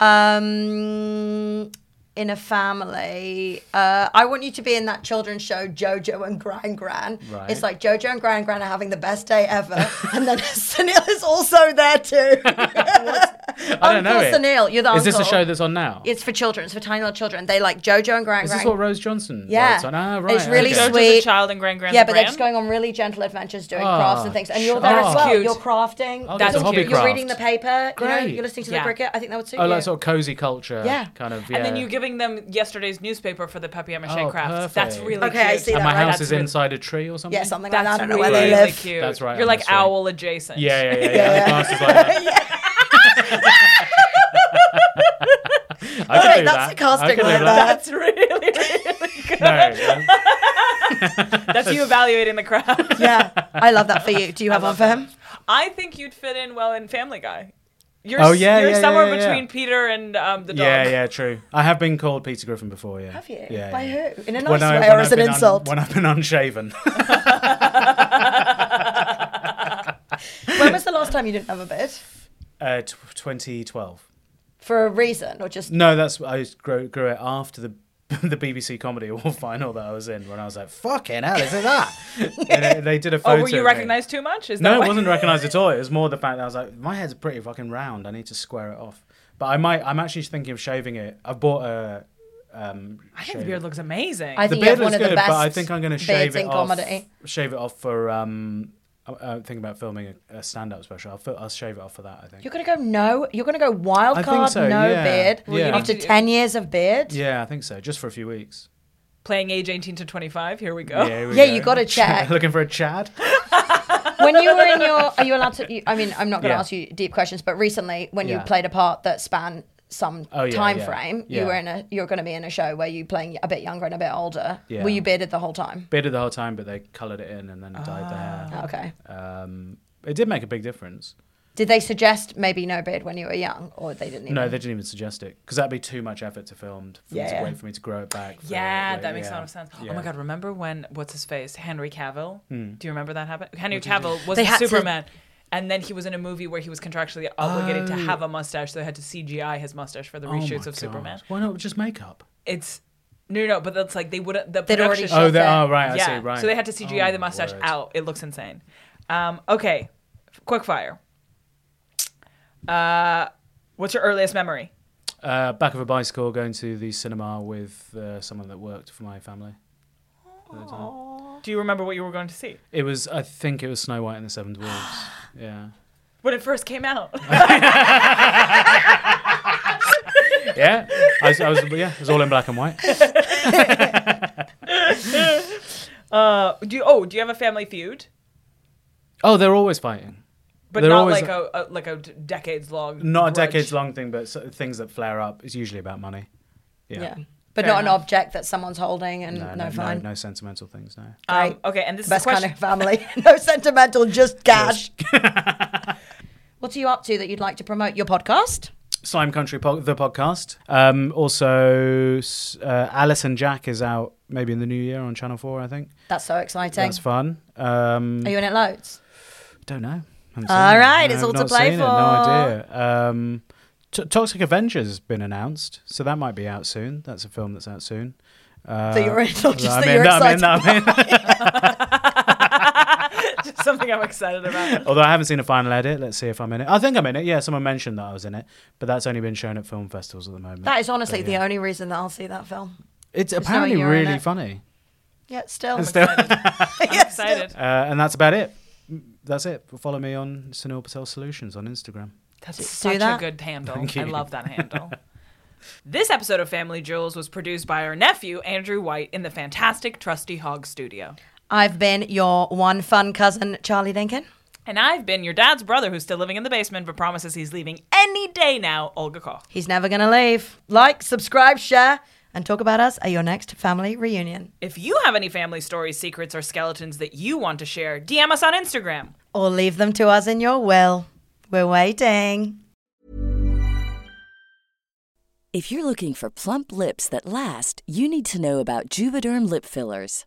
Speaker 4: Um, in a family, uh, I want you to be in that children's show JoJo and Gran Gran.
Speaker 6: Right.
Speaker 4: It's like JoJo and Gran Gran are having the best day ever, and then <laughs> Sunil is also there
Speaker 6: <laughs>
Speaker 4: too.
Speaker 6: I don't know
Speaker 4: Uncle
Speaker 6: it.
Speaker 4: Sunil, Oh, you're the
Speaker 6: Is this a
Speaker 4: uncle.
Speaker 6: show that's on now?
Speaker 4: It's for children. It's for tiny little children. They like JoJo and Gran
Speaker 6: Is
Speaker 4: Gran.
Speaker 6: this what Rose Johnson?
Speaker 4: Yeah.
Speaker 6: writes on? Ah, right.
Speaker 4: It's really
Speaker 6: okay.
Speaker 5: JoJo's
Speaker 4: sweet.
Speaker 5: a child and grand grand.
Speaker 4: yeah, but they're just going on really gentle adventures, doing crafts and
Speaker 6: Oh,
Speaker 4: things, and
Speaker 6: sh-
Speaker 4: you're there as
Speaker 6: oh.
Speaker 4: well.
Speaker 5: Cute.
Speaker 4: You're crafting.
Speaker 6: Oh,
Speaker 5: That's
Speaker 4: you're,
Speaker 5: a hobby
Speaker 4: you're
Speaker 5: craft.
Speaker 4: reading the paper. You know,
Speaker 6: Great.
Speaker 4: you're listening to the
Speaker 5: Yeah.
Speaker 4: cricket. I think that would suit
Speaker 6: Oh,
Speaker 4: you.
Speaker 6: like sort of cozy culture.
Speaker 4: Yeah.
Speaker 6: Kind of. Yeah.
Speaker 5: And then you giving them yesterday's newspaper for the papier mâché
Speaker 6: Oh,
Speaker 5: crafts. That's
Speaker 6: perfect.
Speaker 5: really
Speaker 4: Okay, I
Speaker 5: cute.
Speaker 4: see
Speaker 6: And
Speaker 4: that,
Speaker 6: my
Speaker 4: right?
Speaker 6: house
Speaker 5: That's
Speaker 6: is
Speaker 5: really-
Speaker 6: inside a tree or something.
Speaker 4: yeah, something like
Speaker 5: Mm, That's
Speaker 4: that. I don't know
Speaker 5: really,
Speaker 4: where they
Speaker 5: really
Speaker 4: live.
Speaker 5: cute.
Speaker 6: That's right,
Speaker 5: You're
Speaker 6: I'm
Speaker 5: like
Speaker 6: sorry.
Speaker 5: owl adjacent.
Speaker 6: <laughs> Yeah, yeah, yeah. yeah. My house is like that. I
Speaker 4: All
Speaker 6: could
Speaker 4: right,
Speaker 6: do
Speaker 4: that's
Speaker 6: that.
Speaker 4: the casting
Speaker 6: I could do
Speaker 4: right
Speaker 6: that.
Speaker 5: That's really,
Speaker 6: <laughs>
Speaker 5: really
Speaker 4: <laughs>
Speaker 5: good.
Speaker 6: No, yeah.
Speaker 5: That's <laughs> you evaluating the crowd.
Speaker 4: yeah, I love that for you. Do you have one for him?
Speaker 5: <laughs> I think you'd fit in well in Family Guy. You're,
Speaker 6: Oh, yeah,
Speaker 5: you're
Speaker 6: yeah, yeah,
Speaker 5: somewhere
Speaker 6: yeah, yeah.
Speaker 5: between Peter and um, the dog.
Speaker 6: yeah, yeah, true. I have been called Peter Griffin before. Yeah.
Speaker 4: Have you?
Speaker 6: Yeah.
Speaker 4: By
Speaker 6: yeah.
Speaker 4: who? In a nice
Speaker 6: When I-
Speaker 4: way
Speaker 6: when
Speaker 4: or as
Speaker 6: I've
Speaker 4: an
Speaker 6: been un-
Speaker 4: insult?
Speaker 6: when I've been unshaven. <laughs>
Speaker 4: when was the last time you didn't have a beard?
Speaker 6: uh, t- 2012.
Speaker 4: For a reason or just.
Speaker 6: No, that's I grew, grew it after the <laughs> the BBC Comedy Award final that I was in when I was like, "Fucking hell, is
Speaker 4: <laughs>
Speaker 6: it that?" and it- they did a
Speaker 5: Oh,
Speaker 6: photo.
Speaker 5: were you
Speaker 6: of me.
Speaker 5: recognized too much? Is that
Speaker 6: No,
Speaker 5: why-
Speaker 6: it wasn't recognised at all. It was more the fact that I was like, my head's pretty fucking round. I need to square it off. But I might. I'm actually thinking of shaving it. I bought a. Um,
Speaker 5: I think the beard looks amazing.
Speaker 4: I
Speaker 6: the
Speaker 4: think you have
Speaker 6: beard
Speaker 4: one
Speaker 6: looks
Speaker 4: of the
Speaker 6: good,
Speaker 4: best
Speaker 6: but I think I'm going to shave
Speaker 4: beards
Speaker 6: it
Speaker 4: in
Speaker 6: off.
Speaker 4: comedy.
Speaker 6: Shave it off for. Um, I- I'm thinking about filming a, a stand-up special. I'll, fi- I'll shave it off for that. I think.
Speaker 4: You're gonna go no. You're gonna go wild
Speaker 6: I think
Speaker 4: card,
Speaker 6: so,
Speaker 4: no
Speaker 6: yeah.
Speaker 4: beard.
Speaker 6: Well, you Yeah. need
Speaker 4: After
Speaker 5: to-
Speaker 4: ten years of beard,
Speaker 6: yeah, I think so. Just for a few weeks.
Speaker 5: Playing age 18 to 25. Here we go.
Speaker 6: here we
Speaker 4: Oh, Yeah, you
Speaker 6: go. <laughs>
Speaker 4: gotta check.
Speaker 6: Looking for a Chad.
Speaker 4: when you were in your, are you allowed to? You, I mean, I'm not going to
Speaker 6: Yeah.
Speaker 4: ask you deep questions, but recently when you
Speaker 6: Yeah.
Speaker 4: played a part that spanned some
Speaker 6: Oh, yeah,
Speaker 4: time
Speaker 6: yeah.
Speaker 4: frame, you
Speaker 6: Yeah.
Speaker 4: were in a, you're going to be in a show where you playing a bit younger and a bit older.
Speaker 6: Yeah.
Speaker 4: Were you bearded the whole time?
Speaker 6: Bearded the whole time, but they coloured it in and then dyed the
Speaker 5: Ah.
Speaker 6: hair.
Speaker 4: Okay.
Speaker 6: Um, it did make a big difference.
Speaker 4: Did they suggest maybe no beard when you were young, or they didn't? Even?
Speaker 6: No, they didn't even suggest it because that'd be too much effort to film. For me
Speaker 4: Yeah.
Speaker 6: to wait for me to grow it back. for-
Speaker 5: Yeah,
Speaker 6: like,
Speaker 5: that makes a lot
Speaker 6: yeah.
Speaker 5: of sense. Oh
Speaker 6: Yeah. Hmm.
Speaker 5: my god, remember when what's his face? Henry Cavill. Do you remember that happened? Henry Cavill was
Speaker 4: They had to-
Speaker 5: Superman. And then he was in a movie where he was contractually obligated to have a mustache, so they had to CGI his mustache for the
Speaker 6: Oh my
Speaker 5: reshoots of
Speaker 6: God.
Speaker 5: Superman.
Speaker 6: Why not just makeup?
Speaker 5: It's no, no, but that's like they wouldn't. The
Speaker 4: They'd already
Speaker 5: production,
Speaker 4: shot
Speaker 6: Oh, they
Speaker 4: it.
Speaker 6: are right.
Speaker 5: yeah.
Speaker 6: I see. Right.
Speaker 5: So they had to CGI
Speaker 6: Oh,
Speaker 5: the
Speaker 6: my
Speaker 5: mustache
Speaker 6: word.
Speaker 5: out. It looks insane. Um, okay, quick fire. Uh, what's your earliest memory?
Speaker 6: Uh, back of a bicycle, going to the cinema with uh, someone that worked for my family.
Speaker 5: Do you remember what you were going to see
Speaker 6: It was, I think, it was Snow White and the Seven
Speaker 5: <gasps>
Speaker 6: Dwarfs. Yeah.
Speaker 5: when it first came out?
Speaker 6: Yeah. I, was- I was. Yeah. It was all in black
Speaker 5: <laughs>
Speaker 6: and white.
Speaker 5: Uh, <laughs> do you, oh, do you have a family feud?
Speaker 6: Oh, they're always fighting.
Speaker 5: But
Speaker 6: They're
Speaker 5: not
Speaker 6: always-
Speaker 5: like a, a like a decades long.
Speaker 6: Not a
Speaker 5: Um,
Speaker 6: decades long thing, but so, things that flare up. It's usually about money. Yeah. Uh,
Speaker 4: Yeah. But
Speaker 5: Fair
Speaker 4: not
Speaker 5: enough.
Speaker 4: an object that someone's holding and no,
Speaker 6: No, no, no,
Speaker 4: fine.
Speaker 6: no sentimental things. No.
Speaker 5: Um, okay, and this is
Speaker 4: Best
Speaker 5: a
Speaker 4: kind
Speaker 5: question.
Speaker 4: of family. <laughs> no sentimental, just cash.
Speaker 6: <laughs>
Speaker 4: what are you up to that you'd like to promote? Your podcast?
Speaker 6: Slime Country, po- the podcast. Um, also, s- uh, Alice and Jack is out maybe in the new year on Channel 4, I think.
Speaker 4: That's so exciting.
Speaker 6: That's fun. Um,
Speaker 4: Are you in it loads?
Speaker 6: don't know. Haven't
Speaker 4: All
Speaker 6: seen it.
Speaker 4: right,
Speaker 6: No,
Speaker 4: it's
Speaker 6: I've
Speaker 4: all to
Speaker 6: not
Speaker 4: play
Speaker 6: seen
Speaker 4: for.
Speaker 6: It, no idea. Um, T- Toxic Avengers has been announced, so that might be out soon. That's a film that's out soon. Uh,
Speaker 4: that <laughs> you're in, not just
Speaker 6: I'm
Speaker 4: that
Speaker 6: in,
Speaker 4: you're
Speaker 6: I'm in,
Speaker 4: excited.
Speaker 6: I'm in.
Speaker 5: <laughs> Just something I'm excited about.
Speaker 6: Although I haven't seen a final edit, let's see if I'm in it. I think I'm in it. Yeah, someone mentioned that I was in it, but that's only been shown at film festivals at the moment.
Speaker 4: That is honestly
Speaker 6: But,
Speaker 4: the
Speaker 6: yeah.
Speaker 4: only reason that I'll see that film.
Speaker 6: It's
Speaker 4: knowing
Speaker 6: apparently
Speaker 4: you're in
Speaker 6: really
Speaker 4: it.
Speaker 6: funny,
Speaker 4: Yeah, still.
Speaker 6: Still-
Speaker 5: <laughs>
Speaker 4: <laughs>
Speaker 5: I'm excited.
Speaker 6: uh, and that's about it. That's it. Follow me on Sunil Patel Solutions on Instagram.
Speaker 5: That's
Speaker 4: do
Speaker 5: such
Speaker 4: that.
Speaker 5: a good handle. I love that handle. <laughs> this episode of Family Jewels was produced by our nephew, Andrew White, in the fantastic Trusty Hog studio.
Speaker 4: I've been your one fun cousin, Charlie Dinkin.
Speaker 5: And I've been your dad's brother who's still living in the basement but promises he's leaving any day now, Olga Koch.
Speaker 4: He's never going to leave. Like, subscribe, share, and talk about us at your next family reunion.
Speaker 5: If you have any family stories, secrets, or skeletons that you want to share, DM us on Instagram.
Speaker 4: Or leave them to us in your will. We're waiting.
Speaker 8: If you're looking for plump lips that last, you need to know about Juvederm lip fillers.